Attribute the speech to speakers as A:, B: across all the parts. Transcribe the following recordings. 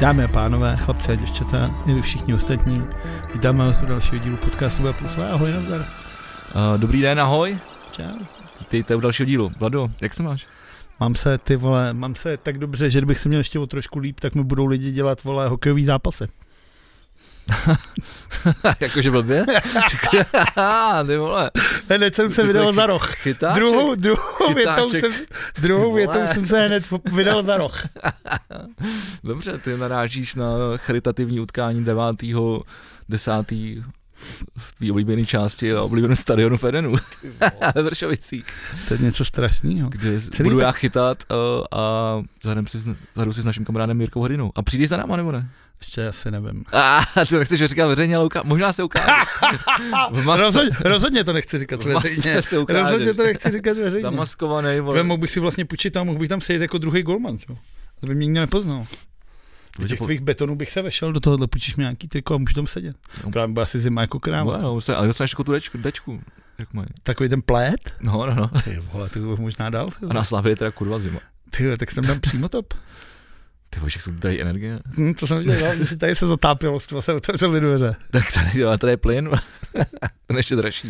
A: Dámy a pánové, chlapci a děvčata, i vy všichni ostatní, vítáme vás u dalšího dílu podcastu Web Plus. Ahoj, nazdar.
B: Uh, dobrý den, ahoj.
A: Čau.
B: Vítejte u dalšího dílu. Vlado, jak se máš?
A: Mám se, ty vole, mám se tak dobře, že kdybych se měl ještě o trošku líp, tak mi budou lidi dělat, vole, hokejový zápasy.
B: Jakože blbě? ty vole.
A: Hned jsem se
B: Ty
A: vydal
B: taky
A: za roh.
B: Chytáček.
A: Druhou, druhou větou,
B: Chytáček.
A: jsem, druhou
B: Vole.
A: větou jsem se hned vydal za roh.
B: Dobře, ty narážíš na charitativní utkání 9. 10. v tvý oblíbené části a oblíbeném stadionu v Edenu. Ve Vršovicích.
A: To je něco strašného. Celý
B: Kde Celý budu
A: tak-
B: já chytat uh, a zahrám si, s- zahraju si s naším kamarádem Jirkou Hodinou. A přijdeš za náma, nebo ne?
A: Ještě asi nevím.
B: A ty to nechceš říkat veřejně, ale uká... možná se ukáže. v masce,
A: Rozhodně, rozhodně to nechci říkat
B: v masce
A: veřejně.
B: se ukáže.
A: Rozhodně to nechci říkat veřejně.
B: Zamaskovaný,
A: Vole,
B: vole.
A: mohl bych si vlastně půjčit a mohl bych tam sejít jako druhý golman, čo? To by mě nikdo nepoznal. Do těch tvých betonů bych se vešel, do tohohle půjčíš mi nějaký triko a můžu tam sedět.
B: Jo.
A: Právě byla asi zima jako kráva.
B: No, no, se- ale dostaneš takovou tu dečku, dečku. Jak mají.
A: Takový ten plét?
B: No, no, no.
A: Ty vole, to bych možná dal. Ty,
B: A
A: vole.
B: na Slavě je teda kurva zima.
A: ty vole, tak jsem tam přímo top.
B: Ty bože, jak jsou tady energie.
A: Hm, to jsem dělal, že tady se zatápělo, stva se otevřeli dveře.
B: Tak tady, jo, tady je plyn. Ten ještě dražší.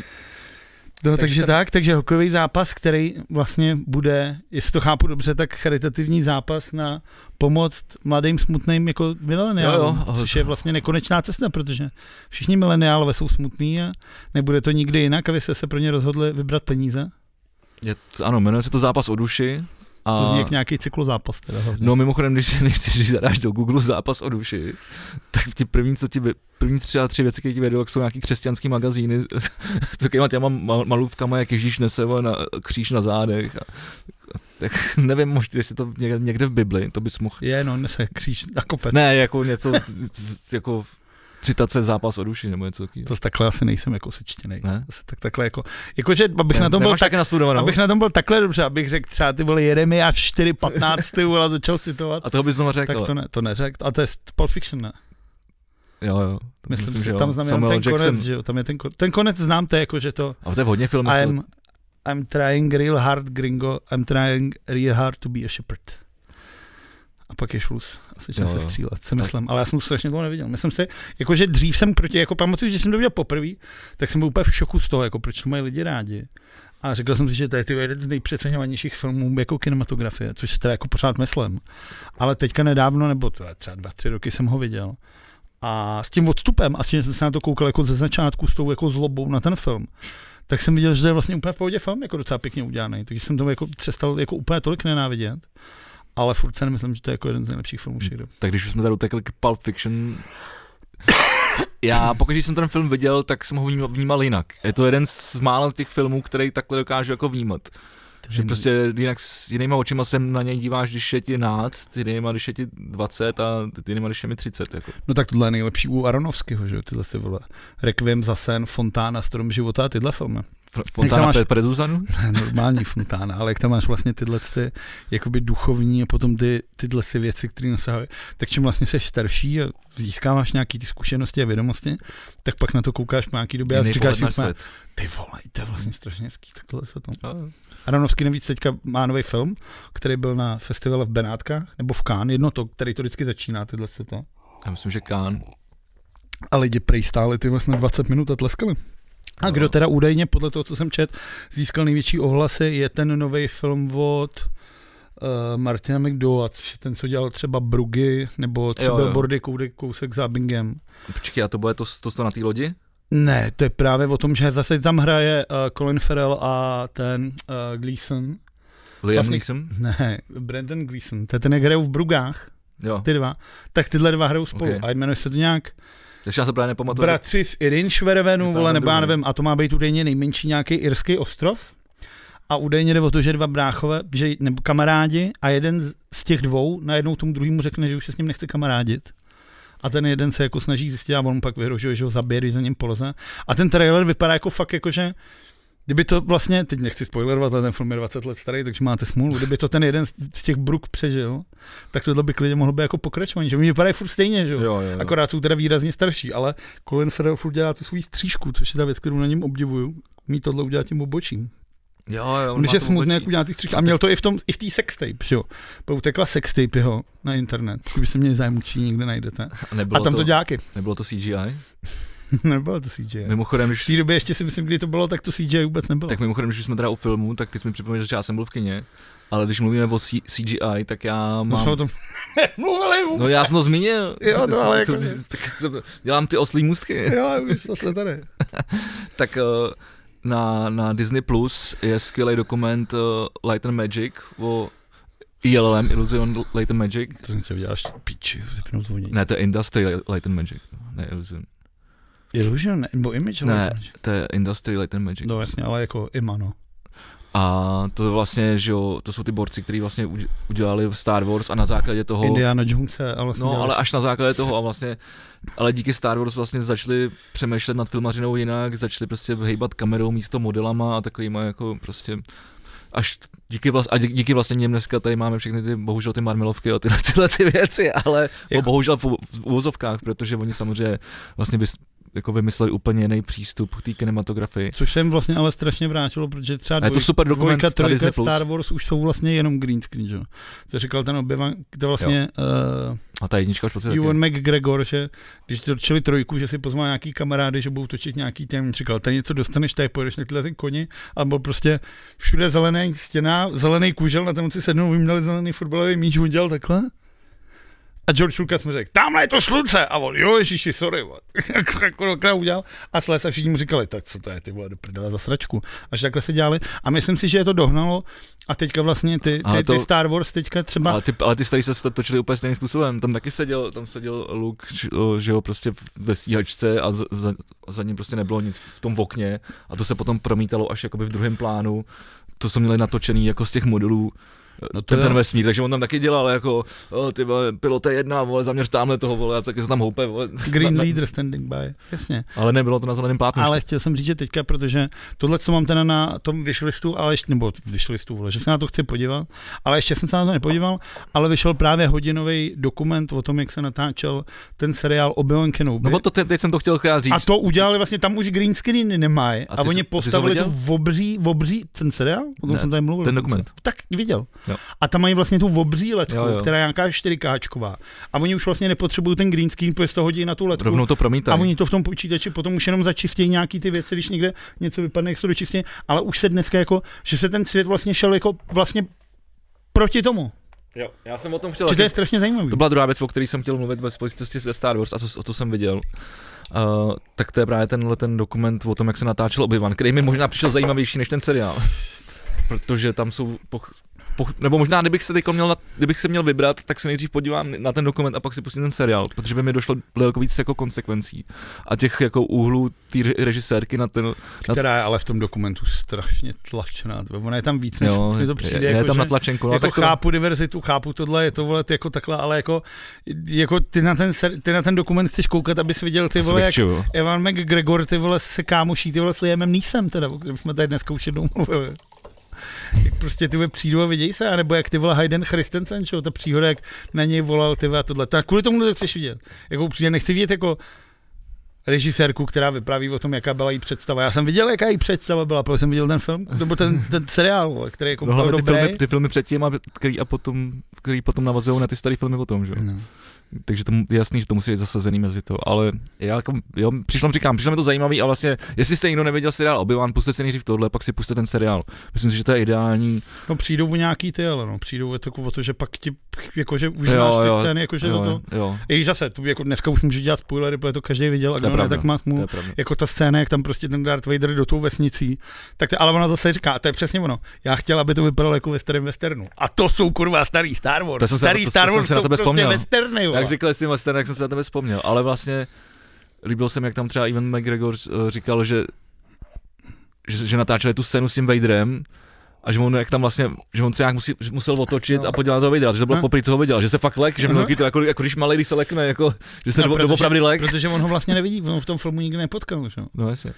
A: No, takže,
B: Takže
A: takže
B: jsem-
A: tak, takže hokejový zápas, který vlastně bude, jestli to chápu dobře, tak charitativní zápas na pomoc mladým smutným jako mileniálům,
B: Jo, jo.
A: což je vlastně nekonečná cesta, protože všichni mileniálové jsou smutní a nebude to nikdy jinak a vy jste se pro ně rozhodli vybrat peníze.
B: Je to, ano, jmenuje se to zápas o duši. A...
A: To zní jak nějaký cyklozápas teda hodně.
B: No mimochodem, když, když, si- když zadáš do Google zápas o duši, tak ti první, co ti, vy- první tři, a tři věci, které ti vedou, jak jsou nějaký křesťanský magazíny s takovýma těma mal- malůvkama, jak Ježíš nese vole, na, kříž na zádech. A, tak nevím, možná, jestli to někde, někde v Bibli, to bys mohl
A: Je, no, nese kříž na kopec.
B: Ne, jako něco, c- c- jako citace zápas o duši, nebo něco takového.
A: To takhle asi nejsem jako sečtěnej.
B: Ne?
A: Asi Tak, takhle jako, jakože abych na tom byl
B: Nemáš no.
A: tak,
B: taky nastudovanou?
A: abych na tom byl takhle dobře, abych řekl třeba ty vole Jeremiáš 4.15, ty vole, začal citovat.
B: A toho bys znovu řekl.
A: Tak to, ne, to neřekl. A to je z Pulp Fiction, ne?
B: Jo, jo. To
A: Myslím, Myslím
B: že
A: že
B: jo.
A: tam znám jenom
B: Samuel
A: ten
B: Jackson.
A: konec, že jo? Tam je ten, kon- ten konec znám, to je jako, že to
B: A to je v hodně jako- filmů.
A: I'm, I'm trying real hard, gringo, I'm trying real hard to be a shepherd. A pak je šluz. A začne
B: Jo,
A: se
B: jo.
A: střílet, si
B: Tak.
A: myslím. Ale já jsem to strašně dlouho neviděl. Myslím si, jako, že dřív jsem proti, jako pamatuju, že jsem to viděl poprvé, tak jsem byl úplně v šoku z toho, jako proč to mají lidi rádi. A řekl jsem si, že to je ty jeden z nejpřeceňovanějších filmů jako kinematografie, což si teda jako pořád myslím. Ale teďka nedávno, nebo to je třeba dva, tři roky jsem ho viděl. A s tím odstupem, a s tím jsem se na to koukal jako ze začátku s tou jako zlobou na ten film, tak jsem viděl, že to je vlastně úplně v pohodě film, jako docela pěkně udělaný, takže jsem tomu jako přestal jako úplně tolik nenávidět. Ale furt se nemyslím, že to je jako jeden z nejlepších filmů
B: Hmm.
A: všech dob.
B: Tak když už jsme tady utekli k Pulp Fiction, já pokud jsem ten film viděl, tak jsem ho vnímal, vnímal jinak. Je to jeden z mála těch filmů, který takhle dokážu jako vnímat.
A: Hmm.
B: Že prostě jinak s jinýma očima se na něj díváš, když je ti náct, jinýma, když je ti 20 a jinýma, když je mi 30. Jako.
A: No tak tohle je nejlepší u Aronovského, že jo, tyhle si vole. Requiem za sen, Fontána, Strom života a tyhle filmy.
B: F- Fontána
A: máš-
B: máš... pre Zuzanu?
A: Normální Fontána, ale jak tam máš vlastně tyhle ty, jakoby duchovní a potom ty, tyhle si věci, které nasahují. Tak čím vlastně seš starší a získáváš nějaký ty zkušenosti a vědomosti, tak pak na to koukáš po nějaký době a
B: Jiný
A: říkáš
B: pohled
A: si úplně,
B: na svět. No,
A: ty vole, to je vlastně strašně hezký, tak tohle se to.
B: Jo.
A: Aronovský navíc teďka má nový film, který byl na festivale v Benátkách, nebo v Cannes, jedno to, který to vždycky začíná, tyhle se to.
B: Já myslím, že Kán.
A: A lidi prej stáli ty vlastně 20 minut a tleskali. A
B: No.
A: kdo teda údajně, podle toho, co jsem čet, získal největší ohlasy, je ten nový film od uh, Martina McDowell, což je ten, co dělal třeba Brugy, nebo třeba
B: Jo,
A: jo,
B: jo.
A: Bordy koudek, kousek za Bingem.
B: Počkej, a to bude to, to, to na té lodi?
A: Ne, to je právě o tom, že zase tam hraje uh, Colin Farrell a ten uh, Gleason.
B: Liam
A: Vlastně-
B: vlastně... Neeson?
A: Ne, Brandon Gleason, to je ten, jak hrajou v Brugách,
B: Jo. Ty...
A: ty dva, tak tyhle dva hrajou spolu
B: Ok.
A: a jmenuje se to nějak
B: Takže já se právě nepamatuju.
A: Bratři z Irin Šverevenu,
B: Vypadá
A: vole,
B: na
A: nebo já
B: druhý.
A: nevím, a to má být údajně nejmenší nějaký irský ostrov a údajně jde o to, že dva bráchové, že, nebo kamarádi a jeden z- z těch dvou najednou tomu druhému řekne, že už se s ním nechce kamarádit. A ten jeden se jako snaží zjistit a on mu pak vyhrožuje, že ho zabije, když za ním poleze. A ten trailer vypadá jako fakt jako, že Kdyby to vlastně, teď nechci spoilerovat, ale ten film je 20 let starý, takže máte smůlu, kdyby to ten jeden z- z těch Brook přežil, tak tohle by klidně mohlo být jako pokračování, že mi vypadají furt stejně, že jo?
B: Jo, jo, jo. Akorát...
A: Akorát jsou teda výrazně starší, ale Colin Farrell furt dělá tu svůj střížku, což je ta věc, kterou na něm obdivuju. Mí tohle udělat tím obočím.
B: Jo, jo,
A: On, když
B: má
A: je
B: to
A: smutný, jak
B: oblečí.
A: udělá ty stříčky. A měl to i v tom, i v té sextape, že jo. Poutekla sextape jeho na internet. Kdyby se měli zájem určitě někde najdete.
B: A nebylo,
A: a tam to,
B: to,
A: děláky.
B: nebylo to CGI?
A: Nebylo to CJ.
B: Mimochodem,
A: V
B: když
A: té době ještě si myslím, kdy to bylo, tak to CJ vůbec nebylo.
B: Tak mimochodem, když už jsme teda o filmu, tak teď jsme připomněli, že já jsem byl v kině, ale když mluvíme o C- CGI, tak já
A: No
B: mám...
A: jsme o tom mluvili vůbec.
B: No já jsem to zmínil.
A: Jo, no, ale
B: To-
A: jako-
B: tak jsem- Dělám ty oslý můstky.
A: No, Jo, už to jsme tady.
B: Tak eh, na, na Disney Plus je skvělý dokument eh, Light and Magic o ILM, Illusion Light and Magic.
A: To jsem se viděl až piči, vypnout zvonění.
B: Ne, to je Industry Light and Magic, ne Illusion.
A: Illusion, nebo Image, ale
B: Ne.
A: to než-
B: To je Industry Light and Magic.
A: No jasně, ale jako Ima, no.
B: A to vlastně, že jo, to jsou ty borci, kteří vlastně udě- udělali Star Wars a na základě toho...
A: Indiana Jonese, ale... vlastně
B: Oh. No, ale
A: další.
B: až na základě toho a vlastně, ale díky Star Wars vlastně začali přemýšlet nad filmařinou jinak, začali prostě hejbat kamerou místo modelama a takovýma jako prostě až díky, vlast, a dí- díky vlastně něm dneska tady máme všechny ty, bohužel ty marmelovky a tyhle, tyhle ty věci, ale
A: Jako-
B: jako... bohužel v, v úvozovkách, protože oni samozřejmě vlastně vys, jako vymysleli úplně jiný přístup k té kinematografii.
A: Což jsem vlastně ale strašně vrátilo, protože třeba
B: A je to
A: dvoj-
B: super dokument
A: dvojka,
B: na Disney+.
A: trojka, Star Wars už jsou vlastně jenom green screen, že? jo? To říkal ten objevan, to vlastně
B: A ta jednička už prostě
A: uh,
B: taky.
A: Ewan McGregor, že když točili trojku, že si pozval nějaký kamarády, že budou točit nějaký ten, říkal, tady něco dostaneš, tady pojedeš na tyhle ty koni, a byl prostě všude zelená stěna, zelený kužel, na tom si sednou, vyměnili zelený fotbalový míč, udělal takhle. A George Lucas mu řekl, tamhle je to slunce. A on, jo, ježiši, sorry. vole." Kolikrát udělal. A sles a všichni mu říkali, tak co to je, ty vole, do prdele za sračku. Až takhle se dělali. A myslím si, že je to dohnalo. A teďka vlastně ty, ty,
B: Ale
A: to...
B: to-
A: ty Star Wars teďka třeba...
B: Ale ty, ale ty starý se sta- točili úplně stejným způsobem. Tam taky seděl, tam seděl Luke, č- o, že jo, prostě ve stíhačce a za, za, za ním prostě nebylo nic v tom okně. A to se potom promítalo až jakoby v druhém plánu. To jsme měli natočený jako z těch modelů
A: No
B: no
A: to
B: to ten, ten
A: jo.
B: vesmír, takže on tam taky dělal jako, o, ty vole, pilota jedna, vole, zaměř tamhle toho, vole, a taky se tam houpe, vole.
A: Green
B: Na- na-
A: Leader Standing By. Jasně.
B: Ale nebylo to na zeleném plátnu.
A: Ale chtěl jsem říct, že teďka, protože tohle, co mám teda na tom wishlistu, ale ještě, nebo wishlistu, vole, že se na to chci podívat, ale ještě jsem se na to nepodíval, ale vyšel právě hodinový dokument o tom, jak se natáčel ten seriál Obi-Wan Kenobi.
B: No o to te, teď jsem to chtěl chtěl říct.
A: A to udělali vlastně, tam už green screeny nemají. A,
B: A
A: a
B: ty
A: oni
B: jsi- ty jsi
A: postavili
B: ho
A: tu
B: viděl?
A: obří, obří, ten seriál? O tom
B: Ne,
A: jsem tady mluvil.
B: ten
A: dokonce.
B: dokument.
A: Tak, viděl.
B: Jo.
A: A tam mají vlastně tu obří letku,
B: Jo, jo.
A: která je nějaká 4 A oni už vlastně nepotřebují ten green screen, protože to hodí na tu letku.
B: Rovnou to
A: a
B: promítají.
A: oni to v tom počítači potom už jenom začistí nějaký ty věci, když někde něco vypadne, jak se to dočistí, ale už se dneska jako, že se ten svět vlastně šel jako vlastně proti tomu.
B: Jo, já jsem o tom chtěl
A: Že to je strašně zajímavý.
B: To byla druhá věc, o které jsem chtěl mluvit ve spojitosti se Star Wars a co, to jsem viděl. Uh, tak to je právě tenhle ten dokument o tom, jak se natáčel obi který mi možná přišel zajímavější než ten seriál. Protože tam jsou... Poch, poch, nebo možná, kdybych se, teďko měl, na- kdybych se měl vybrat, tak se nejdřív podívám na ten dokument a pak si pustím ten seriál, protože by mi došlo daleko víc jako konsekvencí a těch jako úhlů té re- režisérky na ten...
A: Která je ale v tom dokumentu strašně tlačená. tve. Ona je tam víc, než
B: jo,
A: mi to přijde.
B: je, je
A: jako,
B: tam
A: že-
B: natlačenko. no,
A: jako
B: tak to-
A: chápu diverzitu, chápu tohle, je to vole, ty jako takhle, ale jako, jako ty, na ten, ser- ty na ten dokument chceš koukat, abys viděl ty
B: asi
A: vole,
B: bych
A: jak jako
B: čil.
A: Evan McGregor, ty vole, se kámoší, ty vole s Liamem Neesem, teda, o kterém jsme tady dneska už jednou mluvili. Jak prostě ty vole přijdou a viděj se, nebo jak ty vole Hayden Christensen, čo, ta příhoda, jak na něj volal ty vole a tohle. Tak kvůli tomu to chceš vidět. Jako upřímně, nechci vidět jako režisérku, která vypráví o tom, jaká byla její představa. Já jsem viděl, jaká její představa byla, protože jsem viděl ten film, nebo ten, ten seriál, vole, který jako
B: No,
A: byl
B: hlavně ty
A: dobrý.
B: filmy, ty filmy předtím, a, který, a potom, který potom navazují na ty staré filmy potom, že jo?
A: No.
B: Takže to, mu- je jasný, že to musí být zasazený mezi to, ale já jako, jo, přišlo, říkám, přišlo mi to zajímavý a vlastně, jestli jste někdo nevěděl seriál Obi-Wan, puste si nejdřív tohle, pak si puste ten seriál. Myslím si, že to je ideální.
A: No přijdou o nějaký ty, ale no, přijdou o to, o to že pak ti, jakože už znáš ty scény, jakože
B: jo,
A: to,
B: jo,
A: I jako zase, tu jako dneska už může dělat spoilery, protože to každý viděl a
B: To je
A: kdo ne,
B: pravda.
A: tak má
B: to
A: smůlu.
B: je pravda.
A: Jako ta scéna, jak tam prostě ten Darth Vader do tou vesnicí, tak to, ale ona zase říká, a to je přesně ono, já chtěl, aby to vypadalo jako ve starém westernu. A to jsou kurva starý Star Wars.
B: To jsem se-
A: starý
B: to- to
A: Star
B: jsem
A: Wars
B: se na
A: jsou
B: tebe
A: prostě
B: vzpomněl.
A: westerny, vole.
B: Jak říkal s tím Westernem, jak jsem se na tebe vzpomněl, ale vlastně líbil jsem, jak tam třeba Ivan McGregor eh, říkal, že, že, že natáčeli tu scénu s tím Vaderem, a že on jak tam vlastně, že on se nějak musí, že musel otočit
A: No.
B: a podívat na toho Vadera, že to bylo
A: No.
B: poprvé, co ho viděl, že se fakt lek, že
A: Aha.
B: měl to jako, jako když malý, když se lekne, jako, že se
A: No,
B: no,
A: protože-
B: doopravdy lek.
A: Protože on ho vlastně nevidí, on v tom filmu nikdy nepotkal, že? jo.
B: No jasně.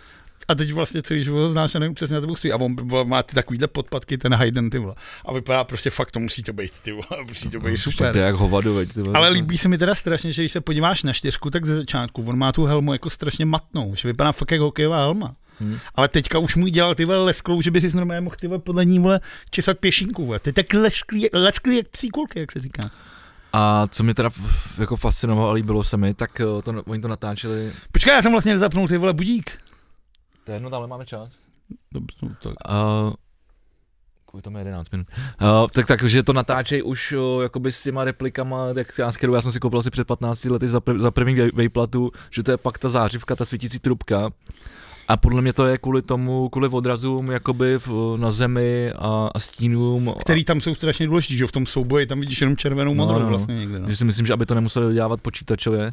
A: A teď vlastně celý život ho znáš a nevím přesně na tebou stojí. A on vole, má ty takovýhle podpadky, ten Hayden, ty vole. A vypadá prostě fakt, to musí to být, ty vole, musí to být super.
B: No, To je jak hovado, veď. ty vole.
A: Ale líbí se mi teda strašně, že když se podíváš na čtyřku, tak ze začátku on má tu helmu jako strašně matnou, že vypadá fakt jako hokejová helma.
B: Hmm.
A: Ale teďka už mu ji dělal ty vole lesklou, že by si normálně mohl ty vole podle ní vole česat pěšinku. Vole. Ty tak lesklý, lesklý jak psí kulky, jak se říká.
B: A co mě teda f- jako fascinovalo a líbilo se mi, tak eh, to, oni to natáčeli.
A: Počkej, já jsem vlastně nezapnul ty vole budík.
B: To je jedno, tamhle máme čas.
A: Dobře, no, tak.
B: Uh, Kvůli tomu je 11 minut. Uh, tak, takže to natáčejí už uh, jakoby s těma replikama, jak já, s kterou já jsem si koupil asi před 15 lety za, prv, za první vej- vejplatu, že to je pak ta zářivka, ta svítící trubka. A podle mě to je kvůli tomu, kvůli odrazům jakoby v, na zemi a, a stínům.
A: Který tam jsou strašně důležitý, že jo, v tom souboji tam vidíš jenom červenou
B: No,
A: modrou
B: no, no.
A: vlastně někde.
B: a,
A: No.
B: Že si myslím, že aby to nemuseli dělat počítačově,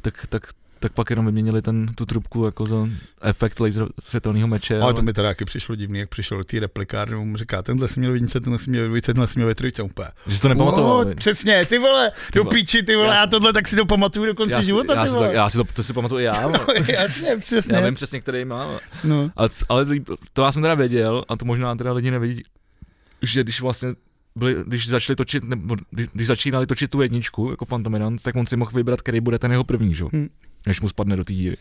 B: tak, tak, tak pak jenom vyměnili ten, tu trubku jako za efekt laser světelného meče.
A: Ale to mi teda taky přišlo divný, jak přišel do té replikárny, on mu říká, tenhle jsem měl v jednice, tenhle jsem měl ve dvojce, tenhle jsem měl ve trojce, úplně.
B: že si to nepamatoval.
A: What? No, Přesně, ty vole, do
B: vole.
A: píči, ty vole,
B: Já-
A: já tohle tak si to pamatuju do konce
B: já, si,
A: života,
B: já,
A: ty
B: si, tak-
A: vole.
B: já si to, to si pamatuju i já. ale-
A: Jasně, přesně.
B: Já vím přesně, který má.
A: No.
B: Ale, ale líp- to já jsem teda věděl, a to možná teda lidi nevědí, že když vlastně byli, když začali točit, nebo kdy- když začínali točit tu jedničku, jako Phantominance, tak on si mohl vybrat, který bude ten jeho první, že? jo,
A: Hm.
B: než mu spadne do té díry.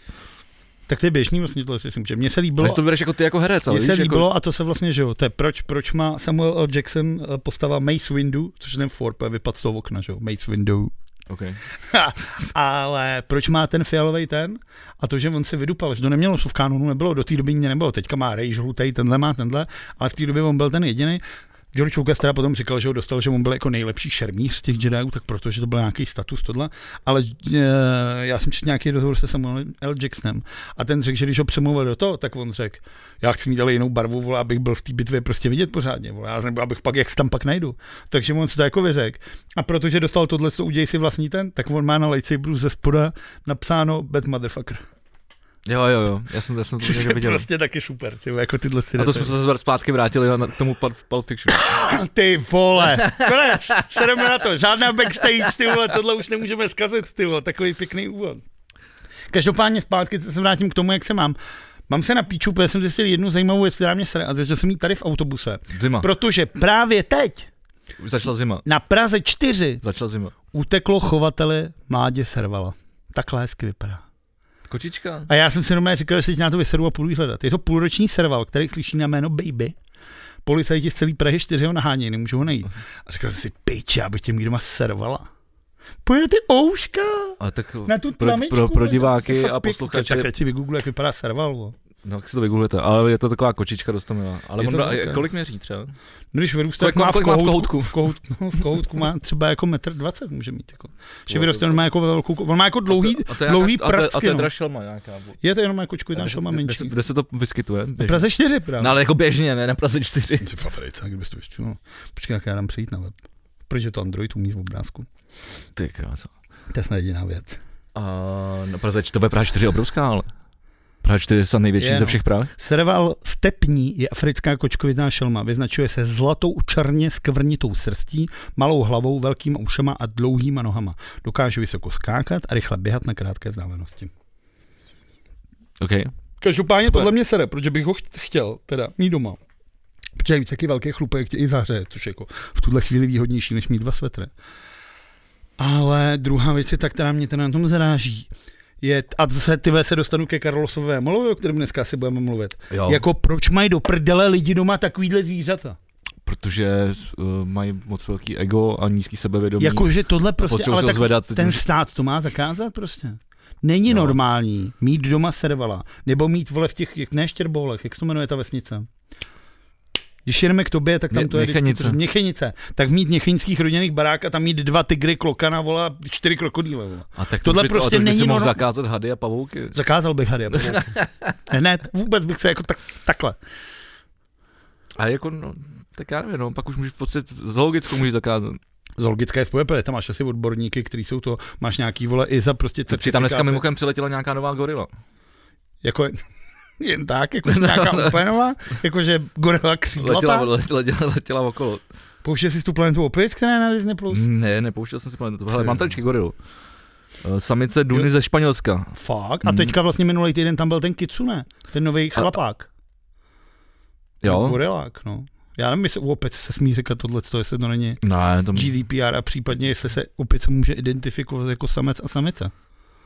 A: Tak to je běžný vlastně tohle, si myslím, že mně se líbilo.
B: Ale to bereš jako ty jako herec, ale
A: Mně se
B: víš,
A: líbilo
B: jako,
A: a to se vlastně, že jo, to je proč, proč má Samuel L. Jackson eh, postava Mace Windu, což je ten Ford, vypad z toho okna, že jo, Mace Windu.
B: okay.
A: Ale proč má ten fialový ten? A to, že on se vydupal, že to nemělo v kanonu, nebylo, do té doby mě nebylo. Teďka má rage žlutej, tenhle má tenhle, ale v té době on byl ten jediný. George Lucas teda potom říkal, že ho dostal, že on byl jako nejlepší šermíř z těch Jediů, tak protože to byl nějaký status tohle, ale e, já jsem četl nějaký rozhovor se Samuelem L. Jacksonem a ten řekl, že když ho přemluvil do toho, tak on řekl, já chci mít dělat jinou barvu, vole, abych byl v té bitvě prostě vidět pořádně, vole, já nebo abych pak, jak se tam pak najdu. Takže on se to jako vyřekl. A protože dostal tohle, co uděj si vlastní ten, tak on má na lightsaberu ze spoda napsáno Bad Motherfucker.
B: Jo, jo, jo, já jsem, já jsem to
A: Což
B: někde
A: je
B: viděl.
A: prostě taky super, ty, vole, jako tyhle si
B: A to jsme se zase zpátky vrátili na- na- k tomu Pul- Pulp Fiction.
A: No, Ty vole, konec, sedeme na to, žádná backstage, ty vole, tohle už nemůžeme zkazit, ty vole, takový pěkný úvod. Každopádně zpátky se vrátím k tomu, jak se mám. Mám se na píču, protože jsem zjistil jednu zajímavou věc, která mě sere, a zjistil jsem ji tady v autobuse.
B: Zima,
A: Protože právě teď
B: už začala zima.
A: na Praze 4
B: Začala zima.
A: uteklo chovatele mládě servala. Takhle hezky vypadá.
B: Kočička?
A: A já jsem si normálně říkal, že si na to vysedu a půjdu jí hledat. Je to půlroční serval, který slyší na jméno Baby. Policajti z celé Prahy 4 ho nahánějí, nemůžou ho najít. A říkal jsem si, piče, aby tě někdo má servala. Pojede ty ouška
B: A tak
A: na tu
B: pro,
A: tlamičku.
B: pro, pro
A: vole, to je
B: diváky
A: fakt
B: a
A: pěkný.
B: posluchače
A: Tak se ti vygooglu, jak vypadá serval. Bo.
B: No, jak si to vygooglete, ale je to taková kočička dostomilá. Ale
A: Je
B: on
A: to
B: má,
A: velké.
B: kolik měří třeba?
A: No, když vyrůstá,
B: Kolik
A: tak
B: má-
A: má, v
B: kolik má v
A: kohoutku, v kohoutku, no, v kohoutku má třeba jako metr 20 může mít. Jako. Že vyroste, on má jako ve velkou, on má jako dlouhý,
B: a to je
A: dlouhý
B: nějaká- a to, je- a to
A: pracky.
B: je
A: no.
B: drašelma nějaká. bo-
A: Je to jenom jako čkuj, tam
B: Kde se-
A: šel má
B: kde
A: menší.
B: se- Kde se to vyskytuje?
A: Na
B: Běžně.
A: Praze 4 právě.
B: No, ale jako běžně, ne na Praze 4.
A: Jsi v Africe, kdyby to vyštěl. Počkej, jak já dám přejít na web. Protože to Android umí v obrázku.
B: Ty krása.
A: To je snad jediná věc.
B: A na Praze 4, to bude Praha 4 je obrovská, ale. Praha 4 je snad největší
A: Je,
B: ze
A: no.
B: všech Prah.
A: Serval stepní je africká kočkovitná šelma. Vyznačuje se zlatou černě skvrnitou srstí, malou hlavou, velkýma ušema a dlouhýma nohama. Dokáže vysoko skákat a rychle běhat na krátké vzdálenosti.
B: OK.
A: Každopádně
B: Super.
A: tohle mě sere, protože bych ho cht- chtěl teda mít doma. Protože je víc taky velký chlupek tě i zahřeje, což je jako v tuhle chvíli výhodnější, než mít dva svetry. Ale druhá věc je ta, která mě teda na tom zaráží, je, a zase ty vole, se dostanu ke Karlosové Molovi, o kterém dneska si budeme mluvit.
B: Jo, jako...
A: Jako proč mají do prdele lidi doma takovýhle zvířata?
B: protože uh, mají moc velký ego a nízký sebevědomí.
A: Jakože tohle prostě,
B: Potřebují
A: ale
B: se
A: tak
B: zvedat.
A: ten stát to má zakázat prostě. Není
B: Jo.
A: no. normální mít doma servala, nebo mít vole v těch, jak ne štěrboulech, jak se to jmenuje ta vesnice? Když jedeme k tobě, tak tam
B: Mě-
A: to je vždycky
B: Měchenice.
A: přes- Měchenice. Tak mít měchenických rodinných barák a tam mít dva tygry, klokana, vola, a čtyři krokodýle. Vola.
B: A tak
A: Tohle
B: tohle
A: prostě
B: prostě to, není
A: není
B: mohl
A: norm-
B: zakázat hady a pavouky.
A: Zakázal bych hady. a pavouky. Hned, vůbec bych se jako tak, takhle.
B: A jako, no, tak já nevím, no, pak už můžeš v podstatě zoologickou můžeš zakázat.
A: Zoologické v PVP, tam máš asi odborníky, kteří jsou to, máš nějaký vole i za prostě
B: Protože tam dneska
A: certifikáty.
B: mimochodem přiletěla nějaká nová gorila.
A: Jako jen tak, jako nějaká úplně nová, jakože gorila
B: No, Letěla,
A: křídlata.
B: letěla, letěla, letěla okolo.
A: Pouštěl jsi tu planetu opět, která je na Disney+. Plus?
B: Ne, nepouštěl jsem si planetu. Hele,
A: Ty
B: mám
A: jo.
B: tady gorilu. Eh, Samice Duny ze Španělska.
A: Fakt. A
B: Mm.
A: teďka vlastně minulý týden tam byl ten Kitsune, ten nový chlapák.
B: Jo?
A: Gorilák, no. Já nevím, jestli u opět se smí říkat tohle, jestli to není
B: Ne, tam,
A: GDPR a případně jestli se opět se může identifikovat jako samec a samice.